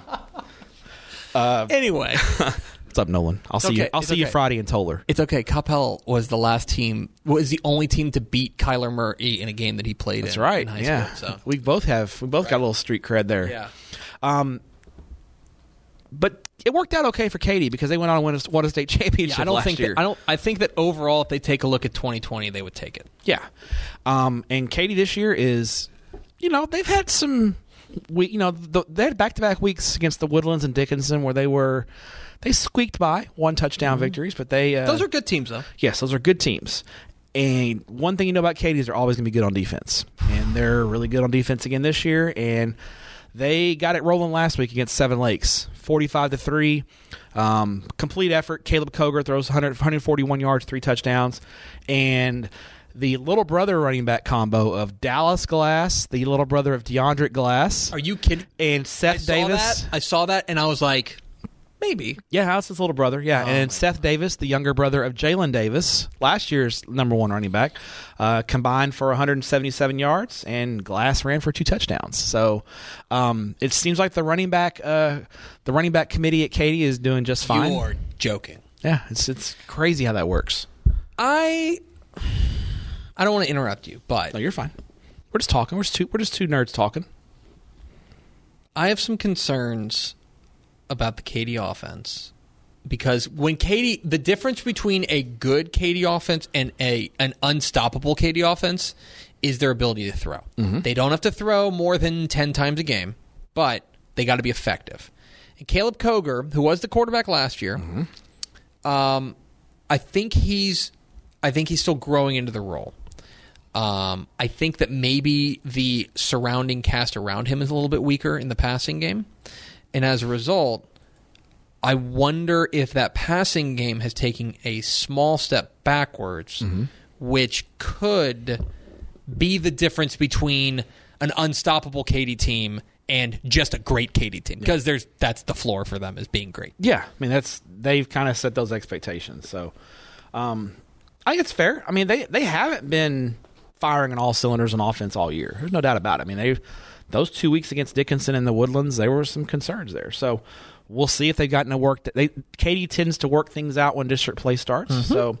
Anyway, What's up, Nolan? I'll see you. okay. I'll It's see you okay. Friday in Toller. it's okay. Coppell was the last team, was the only team to beat Kyler Murray in a game that he played That's in, right. in high yeah, school. So. (laughs) we both have we both got a little street cred there. Yeah. Um, but it worked out okay for Katie because they went on to win a, won a state (laughs) championship Yeah, I don't last think year. that, I don't I think that overall if they take a look at 2020 they would take it. yeah, um, and Katie this year is, you know, they've had some. We, you know, the, they had back-to-back weeks against the Woodlands and Dickinson where they were, they squeaked by one touchdown victories, but they uh, Mm-hmm. Those are good teams though. yes, those are good teams. And one thing you know about Katie is they're always going to be good on defense, and they're really good on defense again this year. And they got it rolling last week against Seven Lakes, forty-five to three, um, complete effort. Caleb Koger throws 100, 141 yards, three touchdowns, and the little brother running back combo of Dallas Glass, the little brother of DeAndre Glass, Are you kidding? and I Seth saw Davis. that. I saw that and I was like maybe. Yeah, Allison's little brother. Yeah, Oh, and Seth Davis, the younger brother of Jalen Davis, last year's number one running back, uh, combined for 177 yards, and Glass ran for two touchdowns. So um, it seems like the running back, uh, the running back committee at Katie is doing just fine. You are joking. Yeah, it's it's crazy how that works. I I don't want to interrupt you, but No, you're fine. We're just talking. We're just two. We're just two nerds talking. I have some concerns about the Katie offense because when Katie, the difference between a good Katie offense and a an unstoppable Katie offense is their ability to throw. They don't have to throw more than ten times a game, but they got to be effective. And Caleb Koger, who was the quarterback last year, um, I think he's, I think he's still growing into the role. Um, I think that maybe the surrounding cast around him is a little bit weaker in the passing game, and as a result, I wonder if that passing game has taken a small step backwards, which could be the difference between an unstoppable Katie team and just a great Katie team because there's that's the floor for them is being great. Yeah, I mean that's they've kind of set those expectations. So, um, I think it's fair. I mean they they haven't been firing on all cylinders on offense all year. There's no doubt about it. I mean they those two weeks against Dickinson and the Woodlands, there were some concerns there. So we'll see if they've gotten to work. That they Katie tends to work things out when district play starts. Mm-hmm. So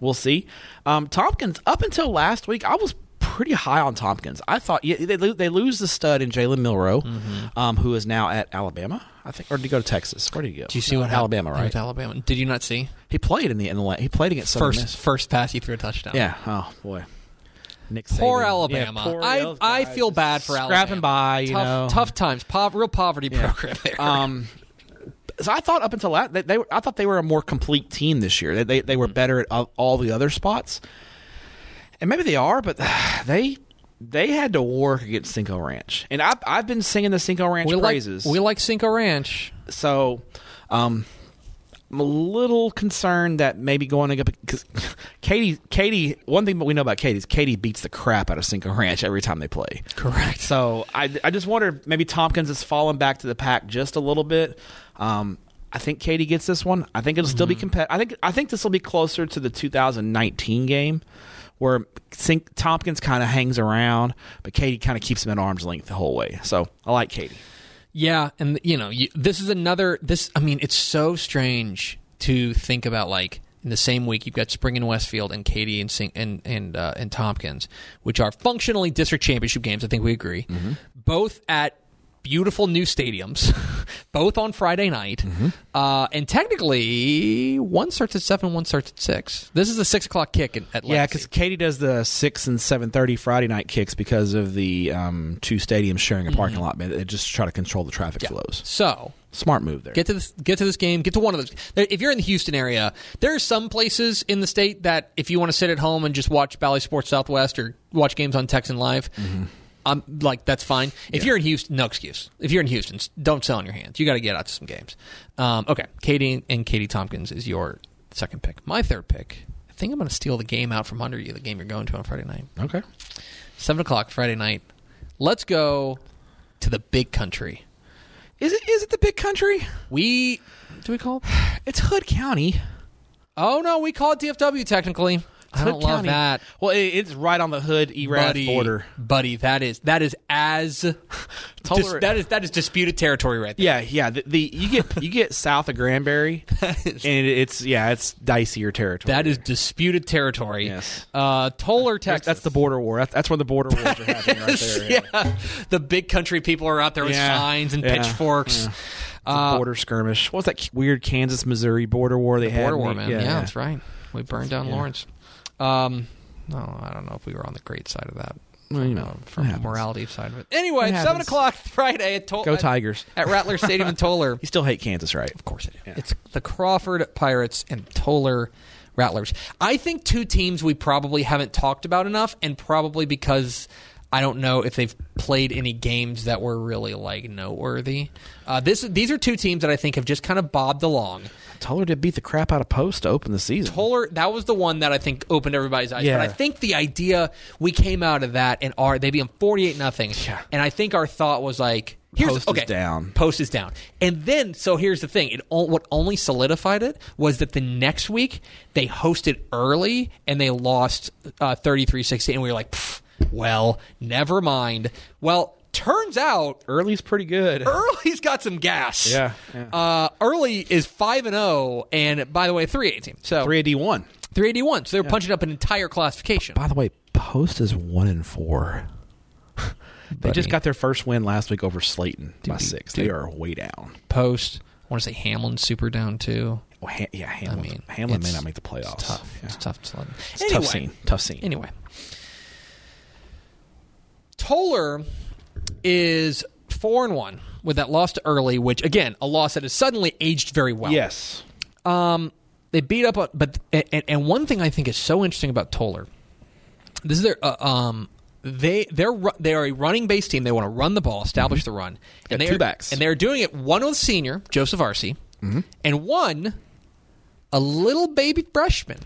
we'll see. Um, Tompkins up until last week, I was pretty high on Tompkins. I thought yeah, they, lo- they lose the stud in Jalen Milrow, Mm-hmm. um, who is now at Alabama, I think, or did he go to Texas? Where did he go? Do you see what hap- Alabama, with right? Alabama. Did you not see He played in the in the la- he played against Southern first Miss. first pass he threw a touchdown? Yeah. Oh boy. Nick Poor Saban. Alabama. Yeah, poor I those I guys. feel bad for Alabama. Scrapping by, you tough, know. tough times. Pov- real poverty program there. (laughs) Um, so I thought up until that they, they were, I thought they were a more complete team this year. They they, they were better at all- all the other spots, and maybe they are, but (sighs) they they had to work against Cinco Ranch, and I've I've been singing the Cinco Ranch we like praises. we like Cinco Ranch. so, um, I'm a little concerned that maybe going up because Katie, Katie, one thing that we know about Katie is Katie beats the crap out of Cinco Ranch every time they play. Correct. So I, I just wonder if maybe Tompkins has fallen back to the pack just a little bit. Um, I think Katie gets this one. I think it'll still be competitive. I think I think this will be closer to the 2019 game, where Cink- Tompkins kind of hangs around, but Katie kind of keeps him at arm's length the whole way. So I like Katie. Yeah, and you know, you, this is another this I mean, it's so strange to think about like in the same week you've got Spring and Westfield and Katie and Sing- and and uh, and Tompkins, which are functionally district championship games, I think we agree. Both at beautiful new stadiums, (laughs) both on Friday night. Uh, and technically one starts at 7, one starts at 6. This is a 6 o'clock kick at, at Yeah, Legacy. because Katie does the six and seven thirty Friday night kicks because of the um, two stadiums Mm-hmm. sharing a parking lot. They just to try to control the traffic flows. So, Smart move there. Get to this. Get to this game. Get to one of those. There- If you're in the Houston area, there are some places in the state that if you want to sit at home and just watch Valley Sports Southwest or watch games on Texan Live, I'm like that's fine. If you're in Houston, no excuse. If you're in Houston, s- don't sell on your hands. You got to get out to some games. Um, okay, Katie and Katie Tompkins is your second pick. My third pick. I think I'm going to steal the game out from under you. The game you're going to on Friday night, okay. seven o'clock Friday night. Let's go to the big country. Is it is it the big country? We do we call? It's Hood County. Oh no, we call it DFW technically. I Hood don't love County. that. Well, it, it's right on the Hood Buddy, Erad border. buddy, that is that is as (laughs) dis- Tolerate- that is that is disputed territory right there. Yeah, yeah. The, the you get you (laughs) get south of Granbury, and it, it's yeah, it's dicier territory. That is disputed territory. Yes. Uh, Toller, that's, Texas. that's the border war. That's, that's where the border (laughs) wars are happening right there. Yeah. yeah. The big country people are out there with Yeah. signs and Yeah. pitchforks. It's uh, a border skirmish. What was that weird Kansas Missouri border war they had? Border in war, the- man. Yeah, that's right. We burned down Lawrence. Um, no, I don't know if we were on the great side of that. Well, you know, from it the happens. morality side of it. Anyway, It seven happens. o'clock (laughs) Friday at Toll- Go Tigers. at Rattler Stadium in Toller. You still hate Kansas, right? Of course I do. It's the Crawford Pirates and Toller Rattlers. I think two teams we probably haven't talked about enough, and probably because I don't know if they've played any games that were really like noteworthy. Uh, this these are two teams that I think have just kind of bobbed along. Toller did beat the crap out of Post to open the season. Toller, that was the one that I think opened everybody's eyes. Yeah. But I think the idea we came out of that and are they beat forty eight nothing, Yeah. and I think our thought was like, here's Post is okay, down. post is down, and then so here's the thing: it o- what only solidified it was that the next week they hosted early and they lost uh, 33-16, and we were like, "Pff, well, never mind. Well, turns out Early's pretty good. Early's got some gas. Yeah, yeah. Uh, Early is five and zero, and by the way, three eighteen. So Three D one. 381. So they're punching up an entire classification. By the way, Post is one and four. they Buddy. just got their first win last week over Slayton by Dude, six. dude. They are way down. Post. I want to say Hamlin's super down too. Well, Han- yeah, I Hamlin. mean, Hamlin may it's- not make the playoffs. It's tough. Yeah. It's tough to let. It's a tough scene. Tough scene. Anyway, Toller is four and one with that loss to Early, which again a loss that has suddenly aged very well. Yes. Um, they beat up, a, but and, and one thing I think is so interesting about Toller, this is their uh, um they they're ru- they are a running base team. They want to run the ball, establish the run, and Mm-hmm. Got they two are, backs. Mm-hmm. and they're doing it one with senior Joseph Arce, and one a little baby freshman.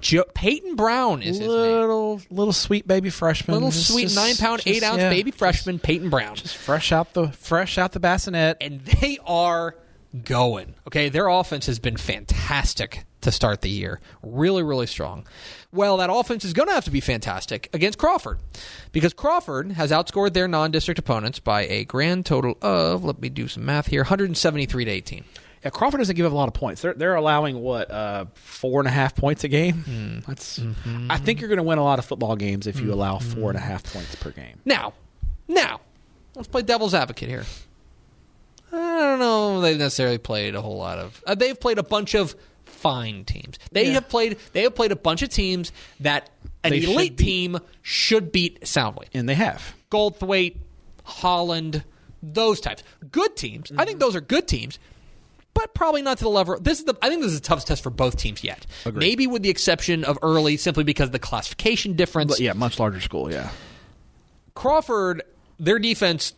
Jo- Peyton Brown is his name. Little little sweet baby freshman. Little Just- sweet just- nine pound, just- eight ounce yeah. baby freshman, Peyton Brown Fresh out the fresh out the bassinet. and they are going. Okay, their offense has been fantastic to start the year. Really, really strong. Well, that offense is going to have to be fantastic against Crawford because Crawford has outscored their non-district opponents by a grand total of, let me do some math here, 173 to 18. Yeah, Crawford doesn't give up a lot of points. They're they're allowing what uh, four and a half points a game. That's. I think you're going to win a lot of football games if you allow four and a half points per game. Now, now, let's play devil's advocate here. I don't know. if They've necessarily played a whole lot of. Uh, they've played a bunch of fine teams. They Yeah. have played. They have played a bunch of teams that an They should elite beat. team should beat soundly. And they have. Goldthwait, Holland, those types. Good teams. I Mm-hmm. think those are good teams, but probably not to the level. This is the. I think this is the toughest test for both teams yet. Maybe with the exception of early, simply because of the classification difference. But yeah, much larger school. Yeah. Crawford, their defense,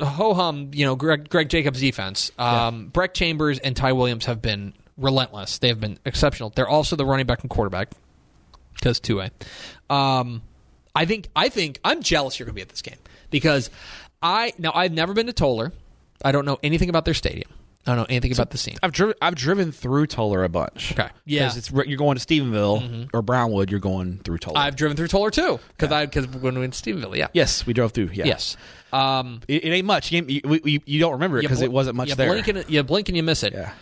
ho hum, you know, Greg, Greg Jacobs' defense. Um, Breck Chambers and Ty Williams have been relentless. They have been exceptional. They're also the running back and quarterback because two A. Um, I think I think I'm jealous you're going to be at this game because I now I've never been to Toller. I don't know anything about their stadium. I don't know anything about the scene. I've driven. I've driven through Toller a bunch. Okay. Yeah. Because it's you're going to Stephenville or Brownwood. You're going through Toller. I've driven through Toller too because I because when we were in Stephenville, yeah, yes, we drove through. Yeah. yes. Um, It, it ain't much. You, you, you- you don't remember it You because bl- it wasn't much you there. Blink and, you blink and you miss it. yeah.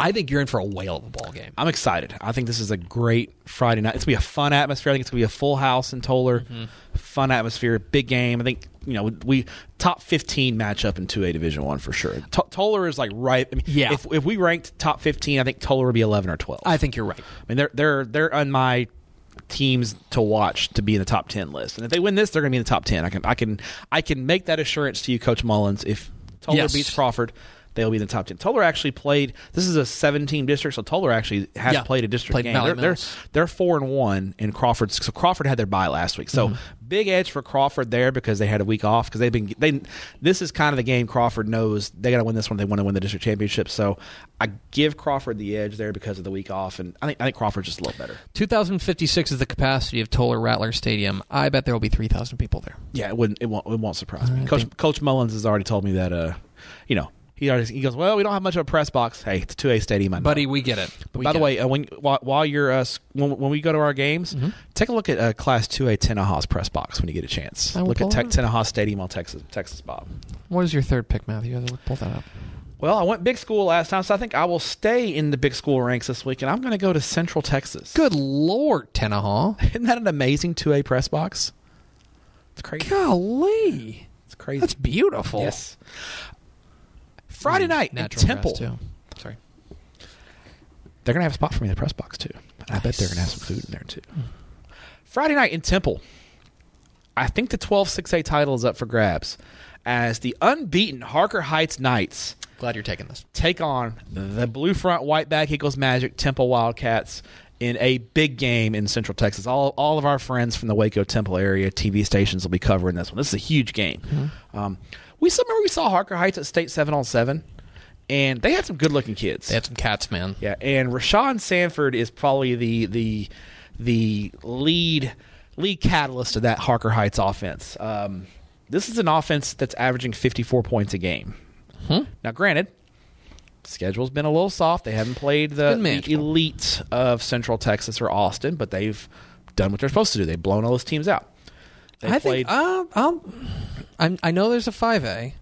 I think you're in for a whale of a ball game. I'm excited. I think this is a great Friday night. It's gonna be a fun atmosphere. I think it's gonna be a full house in Toller. Mm-hmm. Fun atmosphere, big game. I think you know we top 15 matchup in 2A Division One for sure. To- Toller is like right. I mean, Yeah. If, if we ranked top 15, I think Toller would be 11 or 12. I think you're right. I mean, they're they're they're on my teams to watch to be in the top ten list. And if they win this, they're going to be in the top ten. I can I can I can make that assurance to you, Coach Mullins. If Toller Yes. beats Crawford, they'll be in the top ten. Toller actually played. This is a seven-team district, so Toller actually has Yeah. played a district Played game. Valley They're, they're Mills. they're four and one in Crawford. So Crawford had their bye last week. So Mm-hmm. big edge for Crawford there because they had a week off because they've been they. This is kind of the game Crawford knows they got to win this one. They want to win the district championship. So I give Crawford the edge there because of the week off, and I think I think Crawford's just a little better. 2,056 is the capacity of Toller Rattler Stadium. I bet there will be 3,000 people there. Yeah, it wouldn't it won't it won't surprise me. Coach Coach Mullins has already told me that uh, you know. He, already, he goes, well, we don't have much of a press box. Hey, it's a 2A stadium. I know. Buddy, we get it. But We by get the way, uh, when while, while you're uh, s- when, when we go to our games, Mm-hmm. take a look at uh, Class Two A Tenaha's press box when you get a chance. I will Look pull at te- it up. Tenaha Stadium on Texas Texas Bob. it. what is your third pick, Matthew? You have to pull that up. Well, I went big school last time, so I think I will stay in the big school ranks this week, and I'm going to go to Central Texas. Good Lord, Tenaha. Isn't that an amazing two A press box? It's crazy. Golly. It's crazy. That's beautiful. yes. Friday night in Natural grass, Temple. too. Sorry. They're gonna have a spot for me in the press box too. And I bet they're gonna have some food in there too. Friday night in Temple. I think the 12 6A title is up for grabs as the unbeaten Harker Heights Knights Glad you're taking this. take on the Blue Front Whiteback Eagles Magic Temple Wildcats in a big game in Central Texas. All, all of our friends from the Waco Temple area TV stations will be covering this one. This is a huge game. Um, we still remember we saw Harker Heights at State 7 on 7, and they had some good looking kids. They had some cats, man. Yeah, and Rashawn Sanford is probably the the the lead lead catalyst of that Harker Heights offense. Um, this is an offense that's averaging 54 points a game. Hmm. Now, granted, schedule's been a little soft. They haven't played the, been the manageable. elite of Central Texas or Austin, but they've done what they're supposed to do. They've blown all those teams out. They I played think uh, I'm, I'm, I know there's a five A.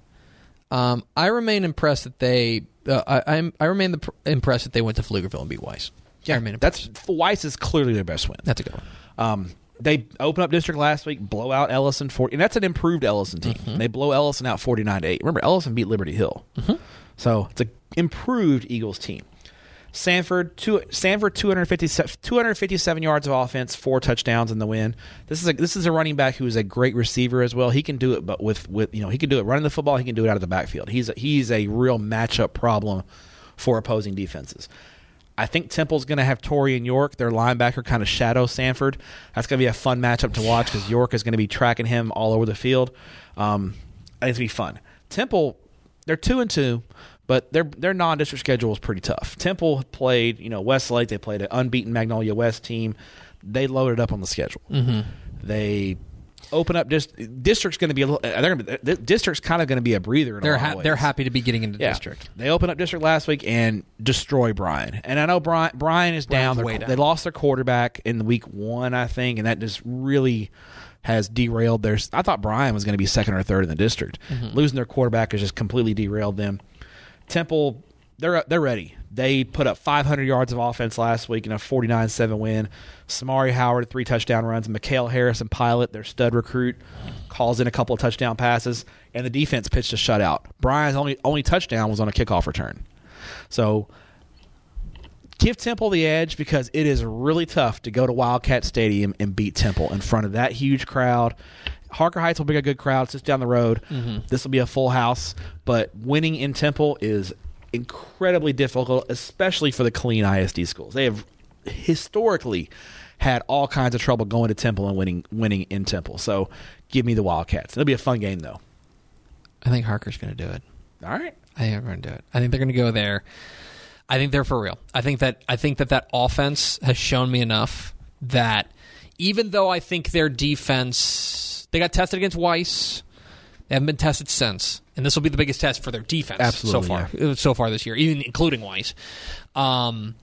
Um, I remain impressed that they. Uh, I, I'm. I remain the pr- impressed that they went to Pflugerville and beat Weiss. I remain impressed. that's Weiss is clearly their best win. That's a good one. Um, they open up district last week, blow out Ellison forty, and that's an improved Ellison team. They blow Ellison out forty nine to eight. Remember, Ellison beat Liberty Hill, so it's an improved Eagles team. Sanford two Sanford 250, 257 yards of offense, four touchdowns in the win. This is a this is a running back who is a great receiver as well. He can do it, but with with you know he can do it running the football. He can do it out of the backfield. He's a, he's a real matchup problem for opposing defenses. I think Temple's going to have Torrey and York, their linebacker, kind of shadow Sanford. That's going to be a fun matchup to watch because York is going to be tracking him all over the field. Um, I think it's going to be fun. Temple, they're two and two, but their their non district schedule is pretty tough. Temple played, you know, Westlake. They played an unbeaten Magnolia West team. They loaded up on the schedule. Mm-hmm. They open up just district's going to be a little. They're going to be district's kind of going to be a breather. In a They're lot of ha- they're ways. happy to be getting into Yeah. district. They open up district last week and destroy Brian. And I know Brian Brian is Brian's down. Their- way down. They lost their quarterback in week one, I think, and that just really has derailed their. I thought Brian was going to be second or third in the district. Mm-hmm. Losing their quarterback has just completely derailed them. Temple, they're they're ready. They put up 500 yards of offense last week in a 49-7 win. Samari Howard three touchdown runs. Mikhail Harrison Pilot, their stud recruit, calls in a couple of touchdown passes, and the defense pitched a shutout. Brian's only only touchdown was on a kickoff return. So give Temple the edge because it is really tough to go to Wildcat Stadium and beat Temple in front of that huge crowd. Harker Heights will be a good crowd. It's just down the road. This will be a full house, but winning in Temple is incredibly difficult, especially for the clean ISD schools. They have historically had all kinds of trouble going to Temple and winning winning in Temple. So give me the Wildcats. It'll be a fun game though. I think Harker's going to do it. All right. I think they're going to do it. I think they're going to go there. I think they're for real. I think that I think that that offense has shown me enough that even though I think their defense they got tested against Weiss, they haven't been tested since, and this will be the biggest test for their defense Absolutely, so far so far this year, even including Weiss. Um,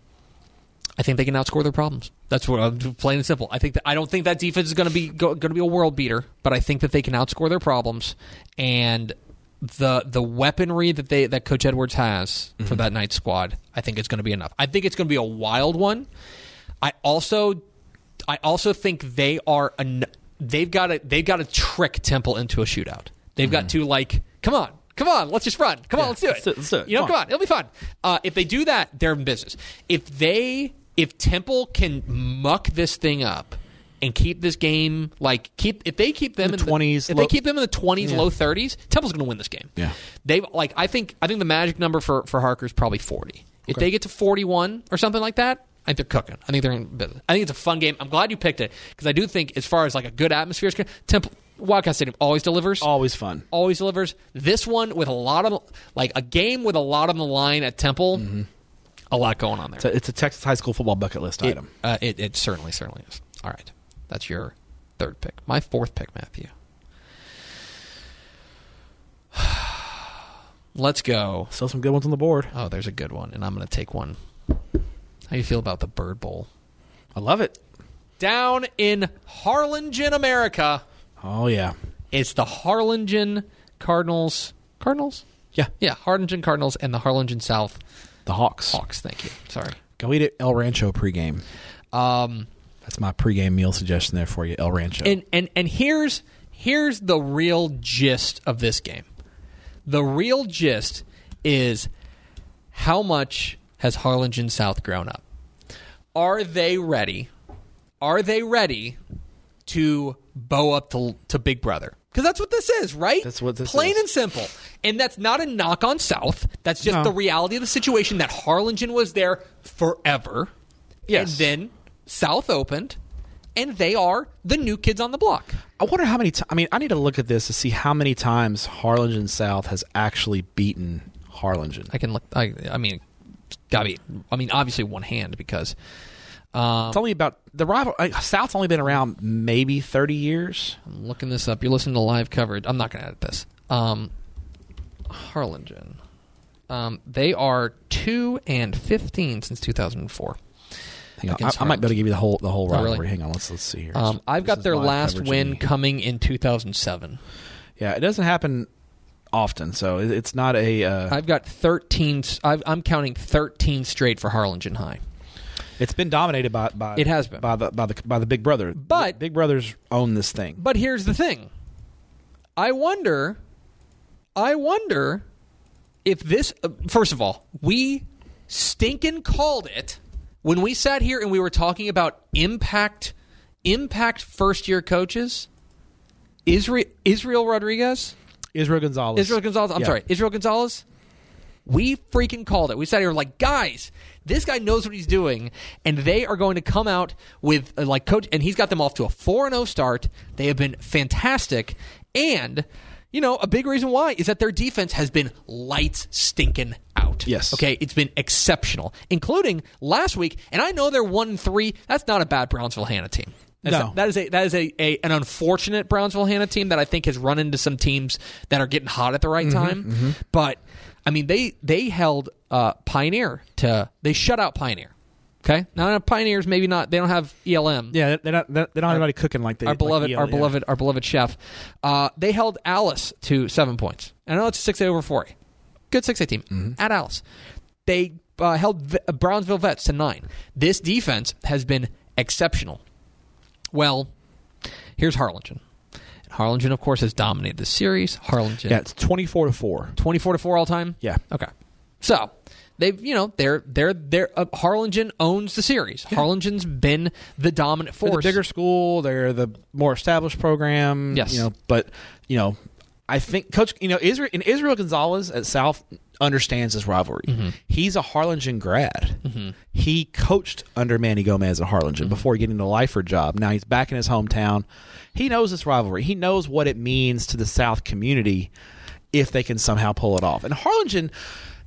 I think they can outscore their problems. That's what I'm plain and simple. I think that I don't think that defense is going to be going to be a world beater, but I think that they can outscore their problems and the the weaponry that they that coach Edwards has Mm-hmm. for that night squad, I think it's going to be enough. I think it's going to be a wild one. I also I also think they are an, they've got to they've got to trick Temple into a shootout. They've got to like come on. Come on, let's just run. Come on, let's do it. Mm-hmm. let's do it, let's do it. You know, Come come on. on. It'll be fun. Uh, if they do that, they're in business. If they, if Temple can muck this thing up and keep this game like keep, if they keep them in the the 20s, if low- they keep them in the twenties, low thirties, Temple's going to win this game. Yeah. they like I think I think the magic number for for Harker is probably forty. If they get to forty one or something like that. I think they're cooking. I think they're in business. I think it's a fun game. I'm glad you picked it because I do think, as far as like a good atmosphere is concerned, Temple Wildcat Stadium always delivers Always fun. always delivers. This one with a lot of like a game with a lot on the line at Temple, a lot going on there. It's a, it's a Texas high school football bucket list it, item. uh, it, it certainly certainly is. All right, that's your third pick. My fourth pick, Matthew. (sighs) Let's go. Still some good ones on the board. Oh, there's a good one, and I'm going to take one. How you feel about the Bird Bowl I love it. down in Harlingen, America? Oh yeah, It's the Harlingen Cardinals. Cardinals? yeah. Yeah, Harlingen Cardinals and the Harlingen South The Hawks. Hawks. Thank you. Sorry. Go eat at El Rancho pregame. Um, That's my pregame meal suggestion there for you, El Rancho. and and and here's here's the real gist of this game. The real gist is how much has Harlingen South grown up? Are they ready? Are they ready to bow up to, to Big Brother? Because that's what this is, right? That's what this Plain is. and simple. And that's not a knock on South. That's just No. the reality of the situation that Harlingen was there forever. Yes. And then South opened, and they are the new kids on the block. I wonder how many. T- I mean, I need to look at this to see how many times Harlingen South has actually beaten Harlingen. I can look. I, I mean, gotta be. I mean, obviously one hand because It's only about the rival. Uh, South's only been around maybe thirty years. I'm looking this up. You're listening to live coverage. I'm not gonna edit this. Um, Harlingen. Um, they are two and fifteen since 2004. Hang on, I, Against I might be able to Harlingen. give you the whole the whole Oh, rivalry. really? Hang on, let's let's see here. Um, I've This got is their live last coverage win in- coming in 2007. Yeah, it doesn't happen often, so it, it's not a. Uh, I've got 13. s- I've, I'm counting 13 straight for Harlingen High. it's been dominated by, by It has been. by the by the by the Big Brother. But- Big Brothers own this thing. But here's the thing. I wonder I wonder if this uh, first of all, we stinking called it when we sat here and we were talking about impact impact first year coaches. Israel Israel Rodriguez Israel Gonzalez. Israel Gonzalez. I'm Yeah. sorry, Israel Gonzalez. We freaking called it. We sat here like, guys, this guy knows what he's doing, and they are going to come out with uh, like coach, and he's got them off to a four and zero start. They have been fantastic, and you know a big reason why is that their defense has been lights stinking out. Yes. Okay. It's been exceptional, including last week. And I know they're one and three. That's not a bad Brownsville Hannah team. That's No. a- that is a that is a, a an unfortunate Brownsville Hannah team that I think has run into some teams that are getting hot at the right time. But I mean they they held uh, Pioneer to they shut out Pioneer. Okay, now I know Pioneers maybe not they don't have E ELM. Yeah, they're not they're, they're not anybody cooking like they Our like beloved, EL, our yeah. beloved, our beloved chef. Uh, they held Alice to seven points. I know it's a six eight over four. Good six eight team Mm-hmm. at Alice. They uh, held v- Brownsville Vets to nine. This defense has been exceptional. Well, here's Harlingen. Harlingen, of course, has dominated the series. Harlingen, Yeah, it's twenty four to four. twenty four to four all time. Yeah, Okay. So they've you know they're they're they're uh, Harlingen owns the series. Harlingen's been the dominant they're the force. bigger school. They're the more established program. Yes. you know, but you know, I think Coach, you know, Israel and Israel Gonzalez at South understands this rivalry. Mm-hmm. He's a Harlingen grad. He coached under Manny Gomez at Harlingen Mm-hmm. before getting the Lifer job. Now he's back in his hometown. He knows this rivalry. He knows what it means to the South community if they can somehow pull it off. And Harlingen,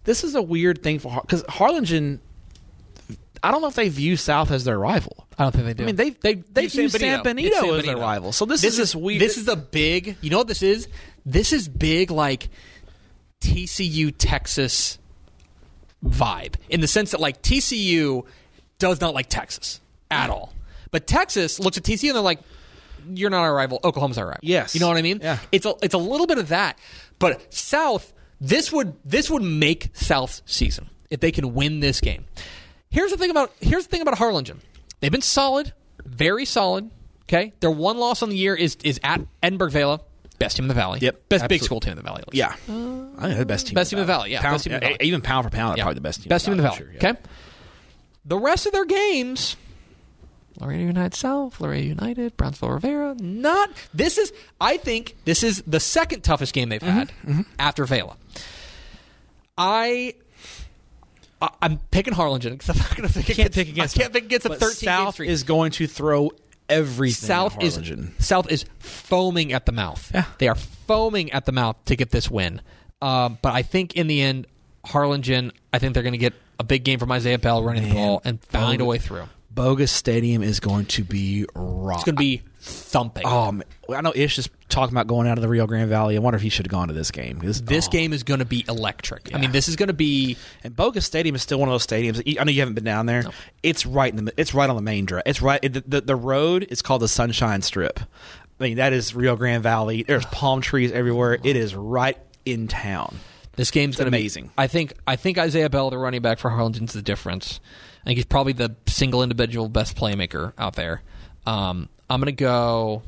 this is a weird thing for because Harlingen. I don't know if they view South as their rival. I don't think they do. I mean, they they they It's view San Benito, It's San as their Benito. rival. So this, is this weird. This is a big. You know what this is? This is big, like TCU Texas vibe in the sense that like TCU does not like Texas at all, but Texas looks at TCU and they're like, "You're not our rival. Oklahoma's our rival." Yes. you know what I mean. Yeah. it's a it's a little bit of that, but South this would this would make South season if they can win this game. Here's the thing about here's the thing about Harlingen. They've been solid, very solid. Okay, their one loss on the year is is at Edinburgh Vela, best team in the valley. Yep, best big absolutely. school team in the valley. yeah, I think they're the best team. Best in team in the valley, yeah, Pound- best team in the valley. Even pound for pound, they're Yeah. probably the best team. Best team in the valley. sure, yeah. Okay. The rest of their games, Laredo United South, Laredo United, Brownsville Rivera, not this is I think this is the second toughest game they've Mm-hmm, had after Vela. I I- I'm picking Harlingen because I'm not going to pick Can't against, pick against I can't pick against a But 13 game South streak. is going to throw everything. South at is Harlingen. South is foaming at the mouth. Yeah. They are foaming at the mouth to get this win. Um, but I think in the end, Harlingen, I think they're going to get a big game from Isaiah Bell running the ball and find a way through. It's bogus stadium is going to be rock. going to be thumping. Oh, man. I know Ish is talking about going out of the Rio Grande Valley. I wonder if he should have gone to this game. This, this oh. game is going to be electric. I mean, this is going to be and Bogus Stadium is still one of those stadiums. that you- I know you haven't been down there. It's right in the. It's right on the main drive. It's right. The, the, the road is called the Sunshine Strip. I mean, that is Rio Grande Valley. There's palm trees everywhere. It is right in town. This game's gonna amazing. Be, I think I think Isaiah Bell, the running back for Harlingen's the difference. I think he's probably the single individual best playmaker out there. Um, I'm gonna go.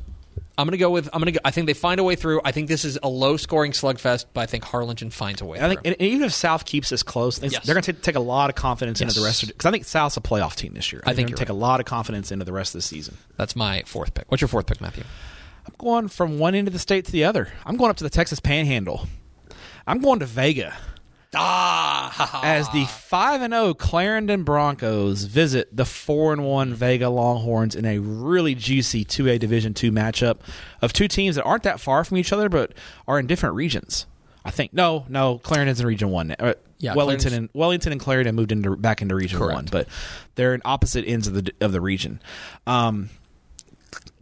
I'm gonna go with. I'm gonna. Go, I think they find a way through. I think this is a low scoring slugfest, but I think Harlingen finds a way. And I think, through. and even if South keeps this close, I think Yes. they're going to take a lot of confidence into the Yes. rest of because I think South's a playoff team this year. I, think they're you're gonna take a lot of confidence into the rest of the season. That's my fourth pick. What's your fourth pick, Matthew? I'm going from one end of the state to the other. I'm going up to the Texas Panhandle. I'm going to Vega Ah, as the five and zero Clarendon Broncos visit the four and one Vega Longhorns in a really juicy two A Division two matchup of two teams that aren't that far from each other but are in different regions. I think no, no, Clarendon's in Region One. Now. Uh, Yeah, Wellington Clarendon's- and Wellington and Clarendon moved into back into Region Correct. One, but they're in opposite ends of the of the region. Um,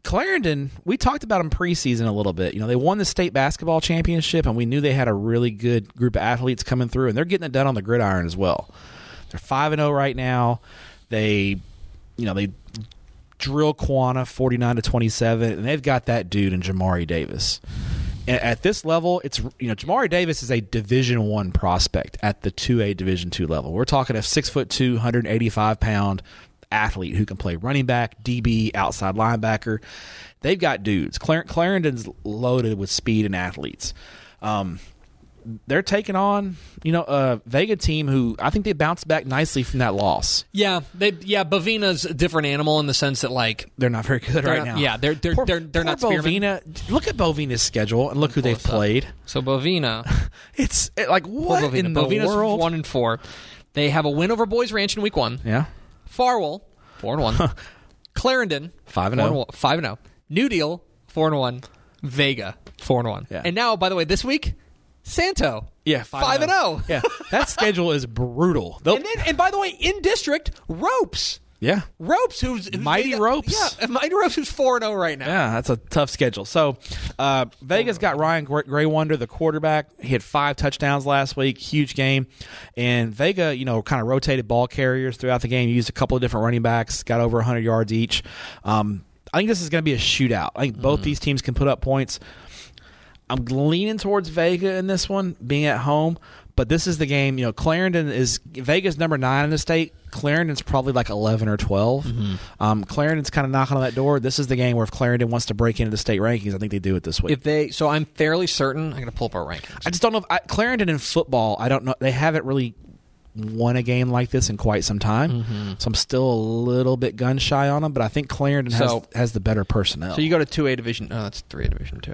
Clarendon, we talked about them preseason a little bit. You know, they won the state basketball championship, and we knew they had a really good group of athletes coming through, and they're getting it done on the gridiron as well. They're five and zero right now. They, you know, they drill Quana forty nine to twenty seven, and they've got that dude in Jamari Davis. And at this level, it's you know Jamari Davis is a Division One prospect at the two A Division two level. We're talking a six foot two, 185 pound athlete who can play running back, DB, outside linebacker. They've got dudes. Clar- Clarendon's loaded with speed and athletes. Um, they're taking on you know a Vega team who I think they bounced back nicely from that loss. yeah, they, yeah. Bavina's a different animal in the sense that like They're not very good right not- now. yeah, they're- they're- poor, they're- they're poor not Spearman. Bovina. Look at Bovina's schedule and look who they've this up. played. so Bovina. It's it- like what Bovina. in the Bovina's world? one and four. They have a win over Boys Ranch in week one. yeah, Farwell, four and one. (laughs) Clarendon, Five and four oh. one- five and zero. New Deal, four and one. Vega, four and one. Yeah. And now, by the way, this week, Santo, yeah, oh. five and oh. zero. Yeah, that schedule (laughs) is brutal. They'll- And then, and by the way, in district, Ropes, yeah, Ropes, who's who's- Mighty Ropes. Yeah, and Mighty Ropes, who's four and zero right now. yeah, that's a tough schedule. So, uh, Vegas got Ryan Gray Graywonder, the quarterback. He had five touchdowns last week, huge game. And Vega, you know, kind of rotated ball carriers throughout the game. Used a couple of different running backs, got over 100 yards each. Um, I think this is going to be a shootout. I think both these teams can put up points. I'm leaning towards Vega in this one, being at home. But this is the game. You know, Clarendon is Vega's number nine in the state. Clarendon's probably like eleven or 12 Mm-hmm. Um, Clarendon's kind of knocking on that door. This is the game where if Clarendon wants to break into the state rankings, I think they do it this week. If they, so I'm fairly certain. I'm going to pull up our rankings. I just don't know. If, I, Clarendon in football, I don't know. They haven't really won a game like this in quite some time. Mm-hmm. So I'm still a little bit gun shy on them. But I think Clarendon So- has has the better personnel. So you go to two A division. Oh, that's three A division two.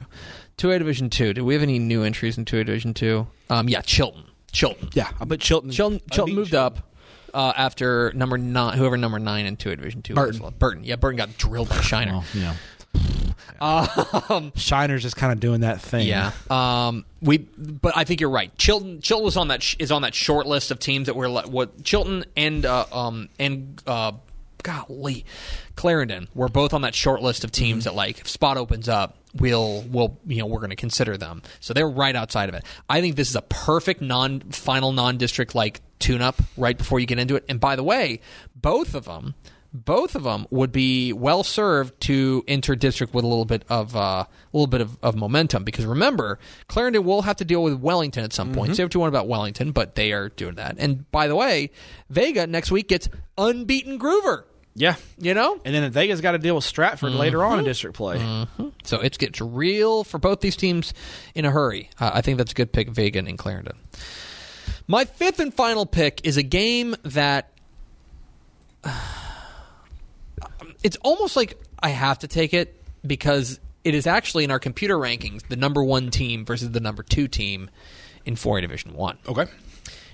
Two A division two. Do we have any new entries in two A division two? Um, yeah, Chilton. Chilton. yeah, but Chilton Chilton. Chilton Unbeaten moved Chilton. up uh, after number nine. Whoever number nine in two A division two. was. Burton. Oh. Burton. Yeah, Burton got drilled by Shiner. Well, you know. (laughs) Um, Shiner's just kind of doing that thing. yeah. Um, we, but I think you're right. Chilton, Chilton was on that sh- is on that short list of teams that were le- what Chilton and uh, um and uh, golly, Clarendon were both on that short list of teams that like if spot opens up, we'll we'll you know we're going to consider them. So they're right outside of it. I think this is a perfect non final non district like tune up right before you get into it. And by the way, both of them. Both of them would be well served to enter district with a little bit of uh, a little bit of, of momentum because remember Clarendon will have to deal with Wellington at some point. Say what you want about Wellington, but they are doing that. And by the way, Vega next week gets unbeaten Groover. Yeah. You know, And then Vega's got to deal with Stratford Mm-hmm. later on in district play. So it gets real for both these teams in a hurry. Uh, I think that's a good pick, Vegan and Clarendon. My fifth and final pick is a game that (sighs) it's almost like I have to take it because it is actually in our computer rankings the number one team versus the number two team in 4A Division One Okay.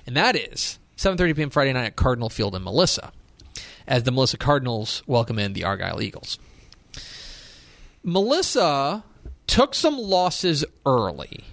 and that is 7:30 p.m. Friday night at Cardinal Field in Melissa, as the Melissa Cardinals welcome in the Argyle Eagles. Melissa took some losses early,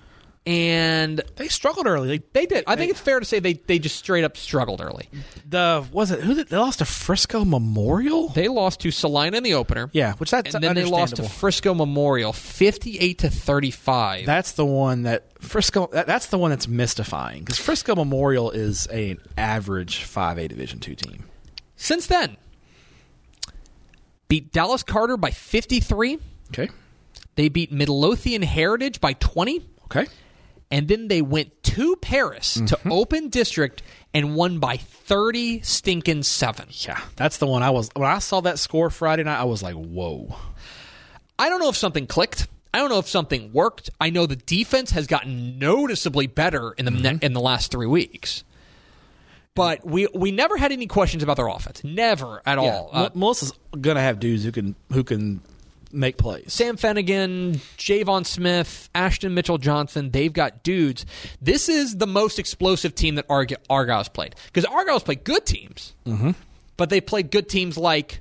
and They struggled early. They, they did. I think it's fair to say they they just straight up struggled early. the was it who did, they lost to Frisco Memorial? They lost to Salina in the opener, yeah, which that's and then they lost to understandable. Frisco Memorial, 58 to 35. That's the one that Frisco. That, that's the one that's mystifying because Frisco Memorial is a- an average five A Division two team. Since then, beat Dallas Carter by 53. Okay. They beat Midlothian Heritage by 20. Okay. and then they went to Paris to open district and won by 30 stinking seven. Yeah, that's the one. I was when I saw that score Friday night. I was like, whoa. I don't know if something clicked. I don't know if something worked. I know the defense has gotten noticeably better in the ne- in the last 3 weeks. But we we never had any questions about their offense. Never at all. Yeah. Uh, Mel- Melissa's gonna have dudes who can who can make plays. Sam Fennigan, Javon Smith, Ashton Mitchell Johnson, they've got dudes. This is the most explosive team that Arg- Argyle's played. Because Argyle's played good teams, mm-hmm. but they played good teams like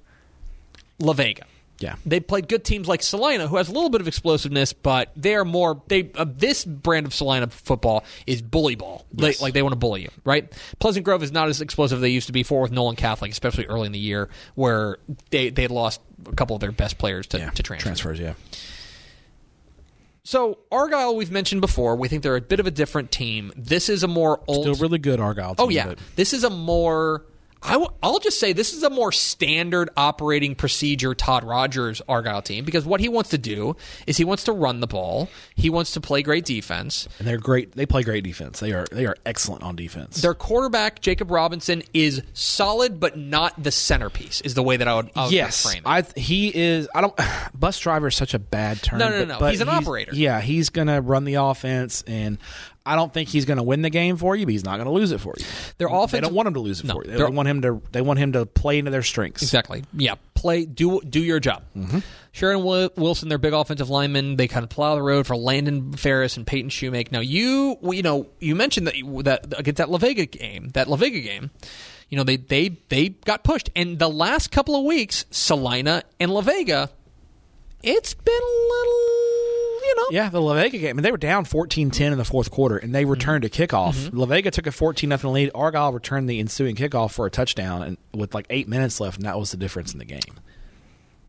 La Vega. Yeah. They played good teams like Salina, who has a little bit of explosiveness, but they're more. They uh, this brand of Salina football is bully ball. They- like they want to bully you, right? Pleasant Grove is not as explosive as they used to be. For with Nolan Catholic, especially early in the year, where they they lost a couple of their best players to, Yeah. to transfer. transfers. Yeah. So Argyle, we've mentioned before, we think they're a bit of a different team. This is a more old. Still really good Argyle. Team, oh yeah, but- this is a more. I w- I'll just say this is a more standard operating procedure Todd Rogers Argyle team because what he wants to do is he wants to run the ball. He wants to play great defense. and they're great. They play great defense. They are they are excellent on defense. Their quarterback Jacob Robinson is solid, but not the centerpiece. Is the way that I would, I would yes, frame it. I th- he is. I don't. (sighs) Bus driver is such a bad term. No, no, but- no, no. but He's an operator. Yeah, he's gonna run the offense, and I don't think he's gonna win the game for you, but he's not gonna lose it for you. Their They offensive- don't want him to lose it No, for you. They their- want him to. They want him to play into their strengths. Exactly. Yeah. Play. Do do your job. Sharon Wi- Wilson, their big offensive lineman, they kind of plow the road for Landon Ferris and Peyton Shoemake. Now you well, you know you mentioned that you- that against that La Vega game, that La Vega game, you know they they they got pushed, and the last couple of weeks, Salina and La Vega, it's been a little, you know, Yeah, the La Vega game. I mean, they were down 14-10 in the fourth quarter, and Mm-hmm. they returned to kickoff. La Vega took a 14 nothing lead. Argyle returned the ensuing kickoff for a touchdown, and with like eight minutes left, and that was the difference in the game.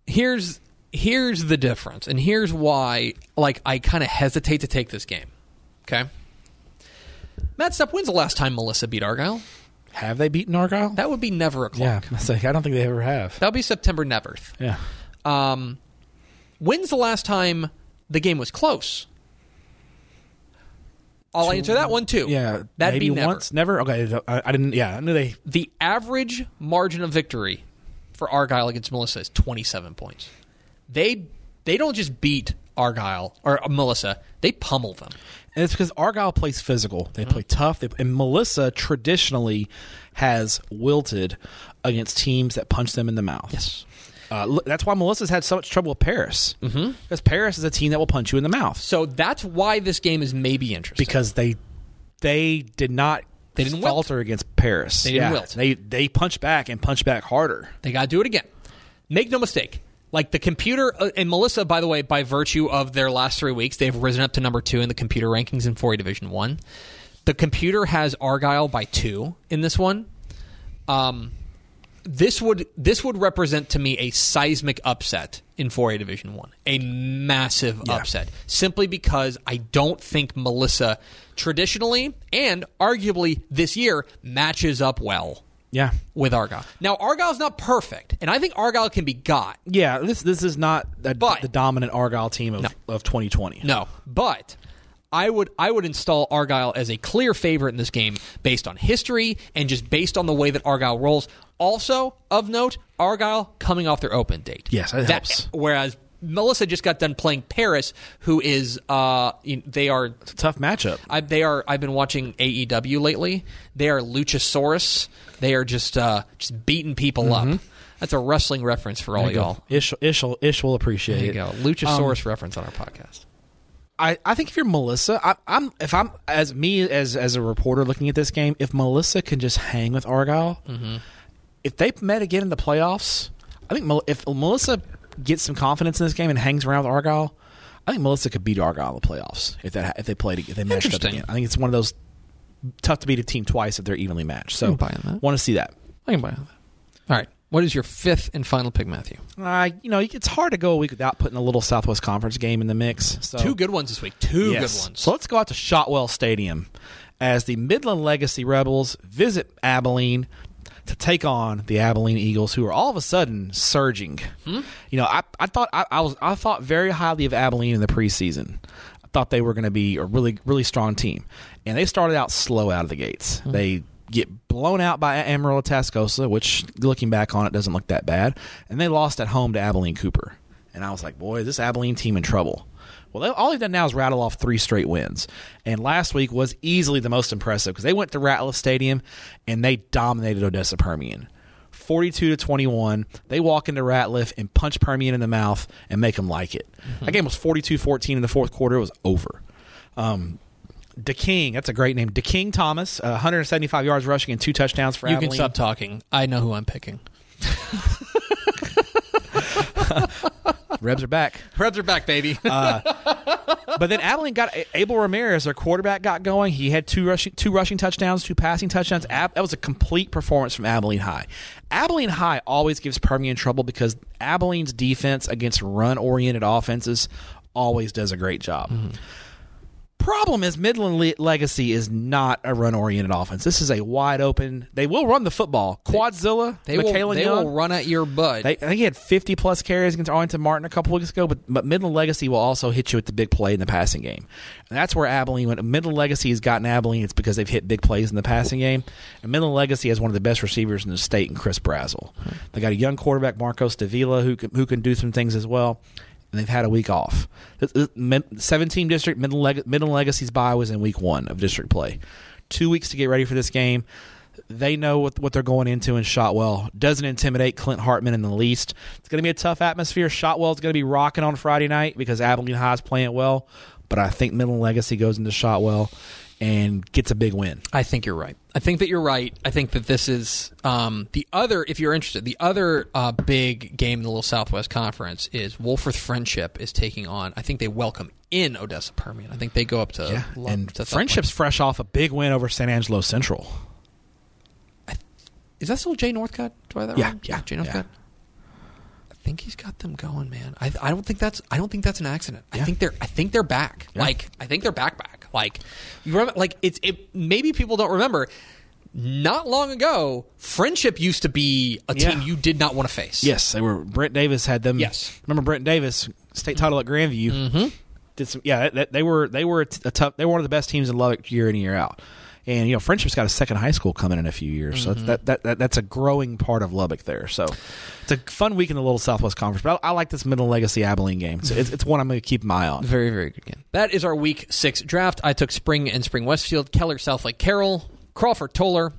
here's here's the difference and here's why like I kind of hesitate to take this game. Okay? Matt Step when's the last time Melissa beat Argyle? Have they beaten Argyle? That would be never yeah, o'clock. it's like, I don't think they ever have. That would be September Neverth. Yeah. Um, when's the last time the game was close? I'll answer that one too. Yeah, that'd maybe be never. once, never. Okay, I, I didn't. Yeah, I knew they. The average margin of victory for Argyle against Melissa is 27 points. They they don't just beat Argyle or Melissa; they pummel them. And it's because Argyle plays physical. Mm-hmm. They play tough. They, and Melissa traditionally has wilted against teams that punch them in the mouth. Yes. Uh, look, that's why Melissa's had so much trouble with Paris. Mm-hmm. Because Paris is a team that will punch you in the mouth So that's why this game is maybe interesting. because they they did not They didn't wilt. falter against Paris. They didn't wilt. They they punch back and punch back harder. They got to do it again. Make no mistake. Like the computer uh, and Melissa, by the way, by virtue of their last three weeks, they've risen up to number two in the computer rankings in 4A Division One. The computer has Argyle by two in this one. Um, this would this would represent to me a seismic upset in 4A Division 1. A massive upset. Simply because I don't think Melissa traditionally and arguably this year matches up well Yeah. with Argyle. Now Argyle's not perfect, and I think Argyle can be got. Yeah, this this is not the, But- the dominant Argyle team of, of 2020. No, but I would I would install Argyle as a clear favorite in this game based on history and just based on the way that Argyle rolls. Also of note, Argyle coming off their open date. Yes, that helps. Whereas Melissa just got done playing Paris, who is uh you- they are It's a tough matchup. I, they are. I've been watching AEW lately. They are Luchasaurus. They are just uh, just beating people Mm-hmm. up. That's a wrestling reference for all y'all. Ish, Ish, will- Ish will appreciate There you it. go. Luchasaurus reference on our podcast. I, I think if you're Melissa, I, I'm if I'm as me as as a reporter looking at this game, if Melissa can just hang with Argyle, if they met again in the playoffs, I think Mel- if Melissa gets some confidence in this game and hangs around with Argyle, I think Melissa could beat Argyle in the playoffs if that if they played if they matched up Interesting. again. I think it's one of those tough to beat a team twice if they're evenly matched. So I'm buying that. want to see that. I can buy that. All right. What is your fifth and final pick, Matthew? Uh, you know, it's hard to go a week without putting a little Southwest Conference game in the mix. So. Two good ones this week. Two Oh. Yes. good ones. So let's go out to Shotwell Stadium as the Midland Legacy Rebels visit Abilene to take on the Abilene Eagles, who are all of a sudden surging. You know, I, I thought I, I was I thought very highly of Abilene in the preseason. I thought they were going to be a really really strong team, and they started out slow out of the gates. They get blown out by Amarillo Tascosa, which looking back on it doesn't look that bad, and they lost at home to Abilene Cooper. And I was like, boy, is this Abilene team in trouble. Well, they, all they've done now is rattle off three straight wins. And last week was easily the most impressive because they went to Ratliff Stadium and they dominated Odessa Permian. 42 to 21. They walk into Ratliff and punch Permian in the mouth and make them like it. Mm-hmm. That game was 42 14 in the fourth quarter. It was over. Um, DeKing, that's a great name. DeKing Thomas, uh, 175 yards rushing and two touchdowns for you Abilene. can stop talking. I know who I'm picking. Rebs (laughs) are back. Uh, Reds are back, (laughs) baby. but then Abilene got Abel Ramirez, their quarterback, got going. He had two rushing, two rushing touchdowns, two passing touchdowns. Ab- that was a complete performance from Abilene High. Abilene High always gives Permian trouble because Abilene's defense against run-oriented offenses always does a great job. Mm-hmm. Problem is, Midland Le- Legacy is not a run-oriented offense. This is a wide open. They will run the football. Quadzilla, They Michaela will. They Young, will run at your butt. they, I think he had 50 plus carries against Arlington Martin a couple weeks ago, but, but Midland Legacy will also hit you with the big play in the passing game. And that's where Abilene went. Midland Legacy has gotten Abilene, it's because they've hit big plays in the passing game. And Midland Legacy has one of the best receivers in the state in Chris Brazel. They got a young quarterback, Marcos Davila, who can, who can do some things as well. And they've had a week off. This- this- Mid- 17 district, Midland, Leg- Midland Legacy's bye was in week one of district play. Two weeks to get ready for this game they know what, what they're going into in Shotwell. Doesn't intimidate Clint Hartman in the least. It's going to be a tough atmosphere. Shotwell's going to be rocking on Friday night because Abilene High's playing well. But I think Midland Legacy goes into Shotwell and gets a big win. I think you're right. I think that you're right. I think that this is um, the other. If you're interested, the other uh, big game in the Little Southwest Conference is Wolford Friendship is taking on. I think they welcome in Odessa Permian. I think they go up to Lo- and to South Friendship's fresh off a big win over San Angelo Central. Is that still Jay Northcutt? Do I have that Yeah, wrong? yeah, Jay yeah. Northcutt. I think he's got them going, man. I, I don't think that's I don't think that's an accident. I Yeah. think they're I think they're back. Like I think they're back back. Like you remember like it's it maybe people don't remember not long ago, friendship used to be a Yeah. team you did not want to face. Yes, they were. Brent Davis had them. Yes. remember Brent Davis state title at Grandview. Mm-hmm. Did some. Yeah, that, that- they were. They were a, t- a tough. They were one of the best teams in Lubbock year in and year out. And you know, Friendship's got a second high school coming in a few years, so that, that, that that's a growing part of Lubbock there. So it's a fun week in the Little Southwest Conference. But I, I like this Middle Legacy Abilene game. So it's, it's one I'm going to keep my eye on. very, very good game. That is our week six draft. I took Spring and Spring Westfield, Keller, Southlake, Carroll, Crawford, Toller,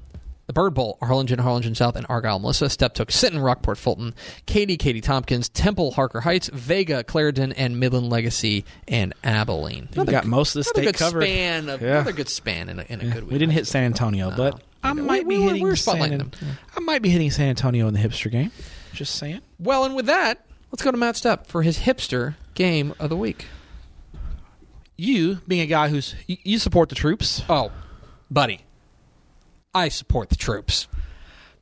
the Bird Bowl, Harlingen, Harlingen South, and Argyle, Melissa. Step took Sinton, Rockport, Fulton, Katie, Katie Tompkins, Temple, Harker Heights, Vega, Clarendon, and Midland Legacy and Abilene. We've got most of the Another state good covered. span. Of, Yeah. Another good span in a, in a good week. We didn't hit San Antonio, but I We- might be we- we're- hitting we're spotlighting San. them. I might be hitting San Antonio in the hipster game. Just saying. Well, and with that, Let's go to Matt Stepp for his hipster game of the week. You being a guy who's you, you support the troops. Oh, buddy, I support the troops.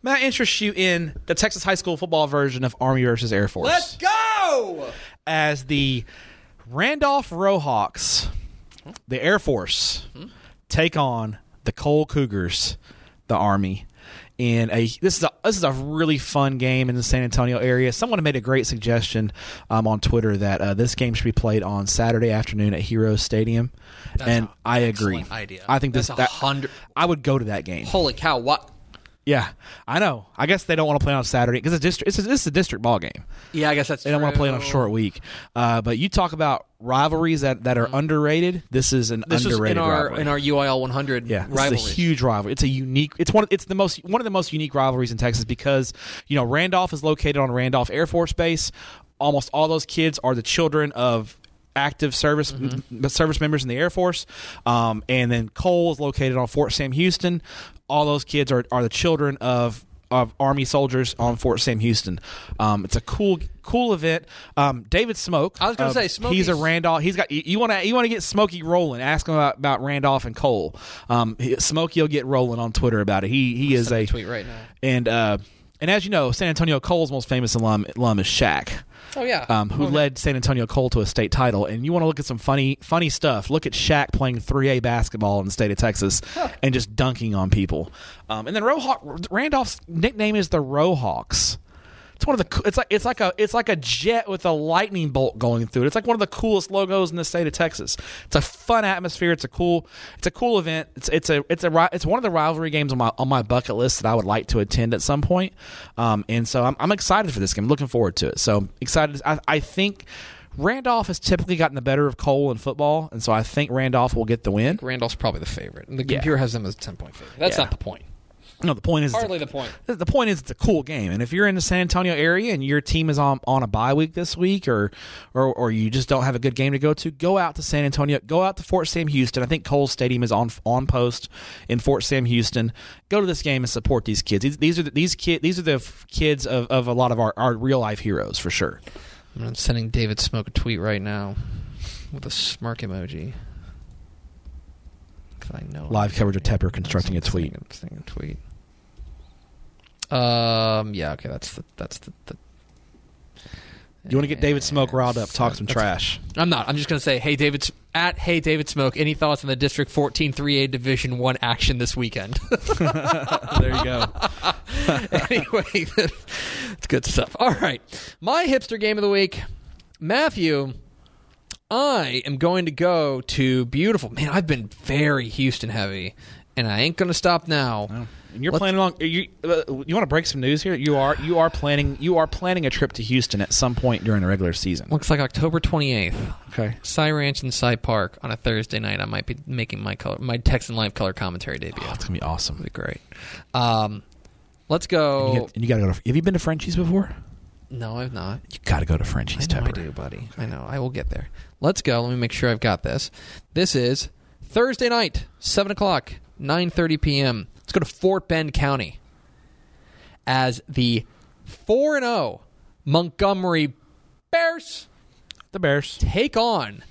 Matt interests you in the Texas high school football version of Army versus Air Force. go. as the Randolph Rohawks, the Air Force, take on the Cole Cougars, the Army. In a this is a this is a really fun game in the San Antonio area. Someone made a great suggestion um, on Twitter that uh, this game should be played on Saturday afternoon at Heroes Stadium, and an I agree. excellent idea. I think this That's a that, hundred- I would go to that game. Holy cow! What? Yeah, I know. I guess they don't want to play on Saturday because it's a district. It's a, this is a district ball game. Yeah, I guess that's. They don't want to play on a short week. Uh, but you talk about rivalries that, that are underrated. This is an Mm-hmm. This was underrated in our rivalry. in our UIL 100 yeah, this rivalry. is a huge rivalry. It's a unique. It's one. It's the most one of the most unique rivalries in Texas because you know Randolph is located on Randolph Air Force Base. Almost all those kids are the children of active service Mm-hmm. m- service members in the Air Force, um, and then Cole is located on Fort Sam Houston. All those kids are are the children of of Army soldiers on Fort Sam Houston. Um, it's a cool, cool event. Um, David Smoke. I was gonna uh, say, he's Smokey's- a Randolph. He's got you- you want to you want to get Smokey rolling. Ask him about, about Randolph and Cole. Um, he- Smokey will get rolling on Twitter about it. He he is Send me a tweet right now. And uh, and as you know, San Antonio Cole's most famous alum alum is Shaq. Oh yeah. Um, who led San Antonio Cole to a state title? And you want to look at some funny, funny stuff. Look at Shaq playing 3A basketball in the state of Texas and just dunking on people. Um, and then Rohawk Randolph's nickname is the Rohawks. It's one of the. coo- It's like it's like a it's like a jet with a lightning bolt going through it. It's like one of the coolest logos in the state of Texas. It's a fun atmosphere. It's a cool. It's a cool event. It's it's a it's a ri- it's one of the rivalry games on my on my bucket list that I would like to attend at some point. Um, and so I'm I'm excited for this game. Looking forward to it. So excited. I I think. Randolph has typically gotten the better of Cole in football, and so I think Randolph will get the win. Randolph's probably the favorite. And the computer has them as a ten point favorite. That's Yeah. not the point. No, the point is it's a- Hardly the point. The- The point is, it's a cool game, and if you're in the San Antonio area and your team is on, on a bye week this week, or, or or you just don't have a good game to go to, go out to San Antonio, go out to Fort Sam Houston. I think Cole Stadium is on on post in Fort Sam Houston. Go to this game and support these kids. These, these are the, these kid these are the f- kids of, of a lot of our, our real life heroes for sure. I'm sending David Smoke a tweet right now with a smirk emoji. 'Cause I know Live coverage of Tepper constructing a tweet. I'm sending a tweet. Um. Yeah. Okay. That's the. That's the. the You want to get David Smoke riled up, talk some That's- (laughs) trash. I'm not. I'm just gonna say, hey, David, S- at hey, David Smoke. Any thoughts on the District 14 3A Division One action this (laughs) weekend? there you go. anyway, (laughs) It's good stuff. All right. My hipster game of the week, Matthew. I am going to go to beautiful. Man, I've been very Houston heavy, and I ain't going to stop now. And you're planning on you. Uh, you want to break some news here? You are you are planning you are planning a trip to Houston at some point during the regular season. Looks like October 28th. Okay. Cy Ranch and Cy Park on a Thursday night. I might be making my color, my Texan Live color commentary debut. Oh, it's gonna be awesome. That'd be great. Um, let's go. You get- and you gotta go to. Have you been to Frenchie's before? no, I've not. You gotta go to Frenchie's. I know I Tepper. do, buddy. I know. I will get there. Let's go. Let me make sure I've got this. This is Thursday night, seven o'clock, nine thirty p.m. Let's go to Fort Bend County as the four and zero Montgomery Bears The Bears. take on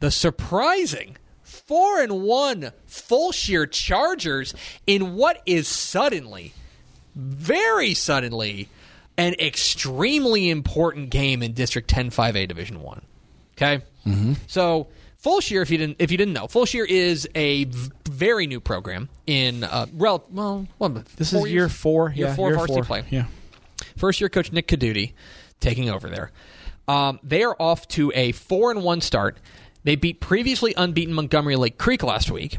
the surprising four and one Fulshear Chargers in what is suddenly, very suddenly, an extremely important game in District 10 5A Division One. Okay, mm-hmm. so Fulshear, if you didn't if you didn't know, Fulshear is a v- very new program in uh, rel- well, well, This is year four. Year yeah, four year varsity four. play Yeah. first year coach Nick Caduti taking over there. Um, they are off to a four and one start. They beat previously unbeaten Montgomery Lake Creek last week,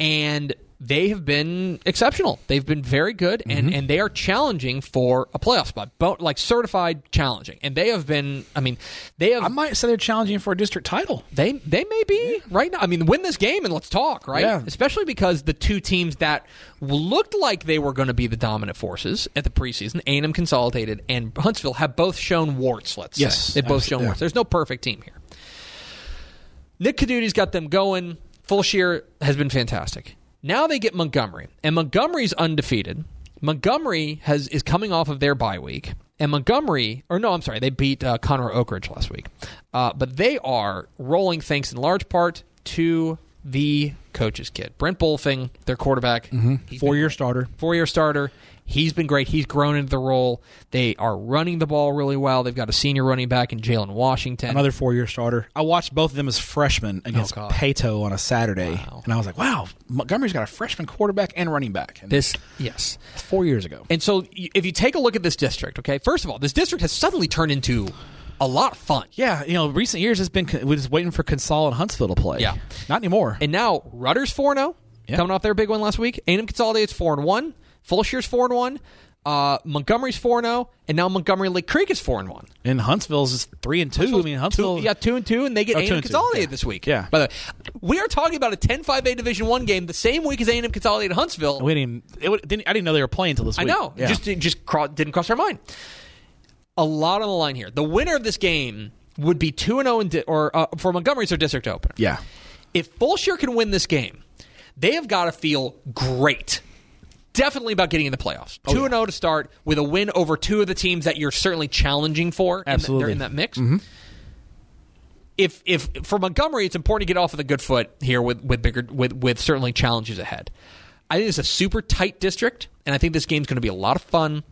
and they have been exceptional. They've been very good, and, and they are challenging for a playoff spot, but like certified challenging. And they have been. I mean, they have I might say they're challenging for a district title. they they may be right now. I mean, win this game and let's talk, right? Yeah. Especially because the two teams that looked like they were going to be the dominant forces at the preseason, A&M Consolidated and Huntsville, have both shown warts. Let's Yes, say they've both shown absolutely, warts. yeah. There's no perfect team here. Nick Caduti's got them going. Fulshear has been fantastic. Now they get Montgomery, and Montgomery's undefeated. Montgomery has is coming off of their bye week, And Montgomery, or no, I'm sorry, they beat uh, Conroe Oak Ridge last week. Uh, but they are rolling thanks in large part to the coach's kid, Brent Bolfing, their quarterback. He's been Mm-hmm. Four year starter. four year starter. He's been great. He's grown into the role. They are running the ball really well. They've got a senior running back in Jalen Washington. Another four year starter. I watched both of them as freshmen against God. Pato on a Saturday. Wow. And I was like, Oh, wow, Montgomery's got a freshman quarterback and running back. And this, yes. that's four years ago. And so y- if you take a look at this district, okay, first of all, this district has suddenly turned into a lot of fun. Yeah, you know, recent years has been con- we're just waiting for Consol and Huntsville to play. Yeah. not anymore. And now Rutter's 4 0, Yeah. coming off their big win last week. Anum Consolidates 4 and 1. Fulshier's 4 and 1. Uh, Montgomery's 4 0. And now Montgomery Lake Creek is 4 and 1. And Huntsville's is three and two. I mean, Huntsville. Two, yeah, two and two, and they get Oh, A two and M and two, consolidated yeah. this week. Yeah. By the way, we are talking about a 10-5A Division One game the same week as A and M consolidated Huntsville. we didn't. It, would- didn't I didn't know they were playing until this I week. know. Yeah. Just it just cro- didn't cross our mind. A lot on the line here. The winner of this game would be two and zero, and di- or uh, for Montgomery's their district opener. yeah. If Fulshire can win this game, they have got to feel great. Definitely about getting in the playoffs. Two and zero to start with a win over two of the teams that you're certainly challenging for. in that- Absolutely. they're in that mix. If if for Montgomery, it's important to get off of the good foot here with with bigger with with certainly challenges ahead. I think it's a super tight district, and I think this game's going to be a lot of fun.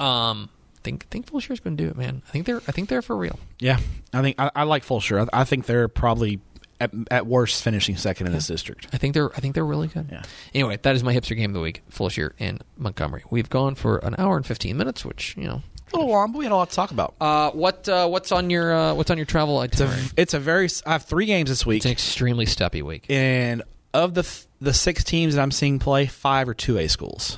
Um, think think Fulshire's going to do it, man. I think they're I think they're for real. Yeah, I think I, I like Fulshire. I, I think they're probably at, at worst finishing second in this district. I think they're I think they're really good. Yeah. Anyway, that is my hipster game of the week, Fulshear and Montgomery. We've gone for an hour and fifteen minutes, which you know. A little long, but we had a lot to talk about. Uh, what uh, what's on your uh, what's on your travel itinerary? It's, It's a very. s- I have three games this week, an extremely steppy week. and of the th- the six teams that I'm seeing play, five are two A schools.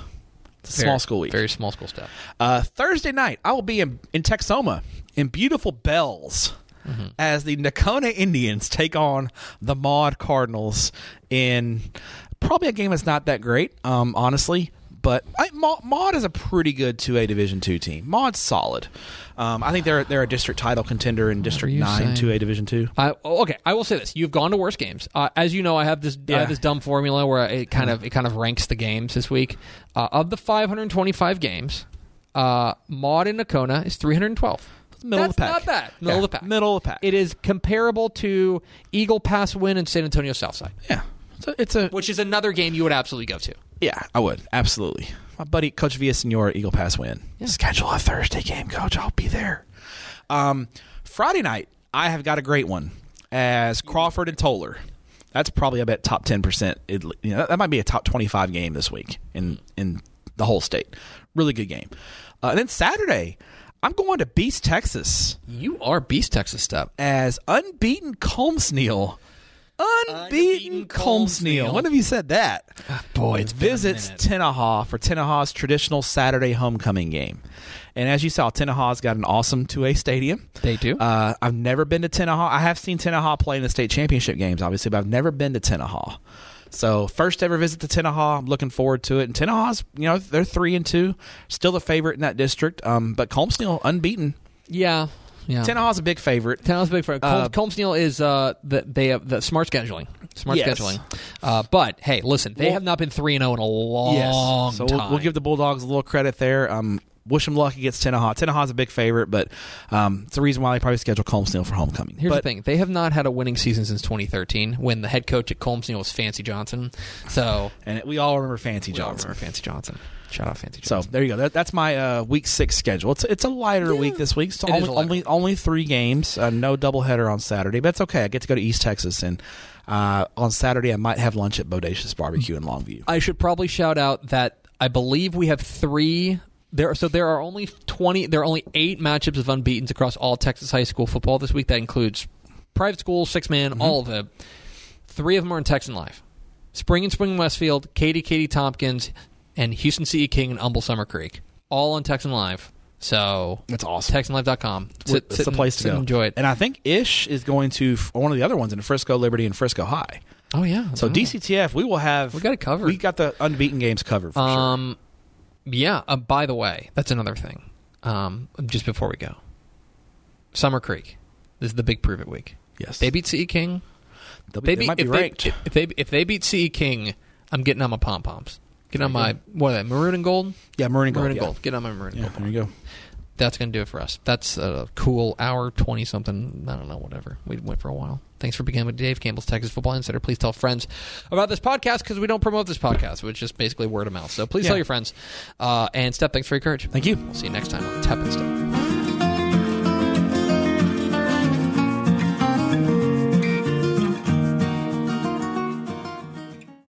It's a Very- small school week. Very small school step. Uh, Thursday night, I will be in, in Texoma in beautiful Bells Mm-hmm. as the Nakona Indians take on the Maud Cardinals in probably a game that's not that great, um, honestly. But I, Ma- Maud is a pretty good 2A Division 2 team. Maud's solid. Um, I think they're they're a district title contender in District you saying? 9 2A Division 2. I, oh, okay, I will say this: you've gone to worse games. Uh, as you know, I have this I Yeah. have this dumb formula where it kind of it kind of ranks the games this week. Uh, of the 525 games, uh, Maud and Nakona is 312. Middle That's of the pack. not bad. Middle Yeah, of the pack. Middle of the pack. It is comparable to Eagle Pass win and San Antonio Southside, yeah. It's a, it's a which is another game you would absolutely go to. Yeah, I would. Absolutely. My buddy, Coach Villasenor, Eagle Pass win. Schedule a Thursday game, Coach. I'll be there. Um, Friday night, I have got a great one as Crawford and Toller. That's probably, I bet, top 10%. It, you know, that, that might be a top 25 game this week in, in the whole state. Really good game. Uh, and then Saturday, I'm going to Beast, Texas You are beast Texas step. as unbeaten Colmsneil. Unbeaten Unbeaten Colmsneil. Colmsneal. When have you said that? boy, it's been a visits minute. Tenaha for Tenaha's traditional Saturday homecoming game. And as you saw, Tenaha's got an awesome 2A stadium. They do. Uh, I've never been to Tenaha. I have seen Tenaha play in the state championship games, obviously, but I've never been to Tenaha. So first ever visit to Tenaha. I'm looking forward to it. And Tenaha's, you know, they're three and two, still the favorite in that district. Um, but Colmsneil unbeaten. yeah, yeah. Tenaha's a big favorite. Tennis big for Uh, Col- Colmsneil is uh the, they have the smart scheduling, smart Yes. scheduling. Uh, but hey, listen, they Well- have not been three and zero in a long So time. we'll, we'll give the Bulldogs a little credit there. Um, wish them luck against Tenaha. Tenaha's a big favorite, but um, it's the reason why they probably schedule Colmsdale for homecoming. Here's but, the thing: they have not had a winning season since 2013, when the head coach at Colmsneil was Fancy Johnson. So And we all remember Fancy we all Johnson. remember Fancy Johnson. Shout out Fancy So Johnson. there you go. That, that's my uh, week six schedule. It's it's a lighter week this week. So It is only, lighter. only only three games. Uh, no doubleheader on Saturday, but it's okay. I get to go to East Texas, and uh, on Saturday I might have lunch at Bodacious Barbecue in Longview. I should probably shout out that I believe we have three. There, so there are only twenty. There are only eight matchups of unbeaten's across all Texas high school football this week. That includes private school, six man, Mm-hmm. all of it. Three of them are in Texan Life: Spring and Spring Westfield, Katie, Katie Tompkins, and Houston City King and Humble Summer Creek. All on Texan Live. So That's awesome. TexanLive.com. Sit, It's sit the and- place to sit go. and enjoy it. And I think Ish is going to f- one of the other ones in Frisco Liberty and Frisco High. oh yeah. So Wow. DCTF, we will have We got it covered. We got the unbeaten games covered for sure. Um, yeah. Uh, by the way, that's another thing. Um, just before we go, Summer Creek. This is the big prove it week. Yes, They beat CE King. They'll be- They, they beat, might be if ranked. They, if they if they beat CE King, I'm getting on my pom poms. Getting on my what are they? Maroon and gold. yeah, Maroon and Gold. Maroon and yeah. gold. Get on my maroon and Yeah, gold. there you go. that's going to do it for us. That's a cool hour, 20 something. I don't know, whatever. We went for a while. Thanks for becoming Dave Campbell's Texas Football Insider. Please tell friends about this podcast because we don't promote this podcast, which is basically word of mouth. So please Yeah. tell your friends. Uh, and Step, thanks for your courage. Thank you. We'll see you next time on Tep and Step.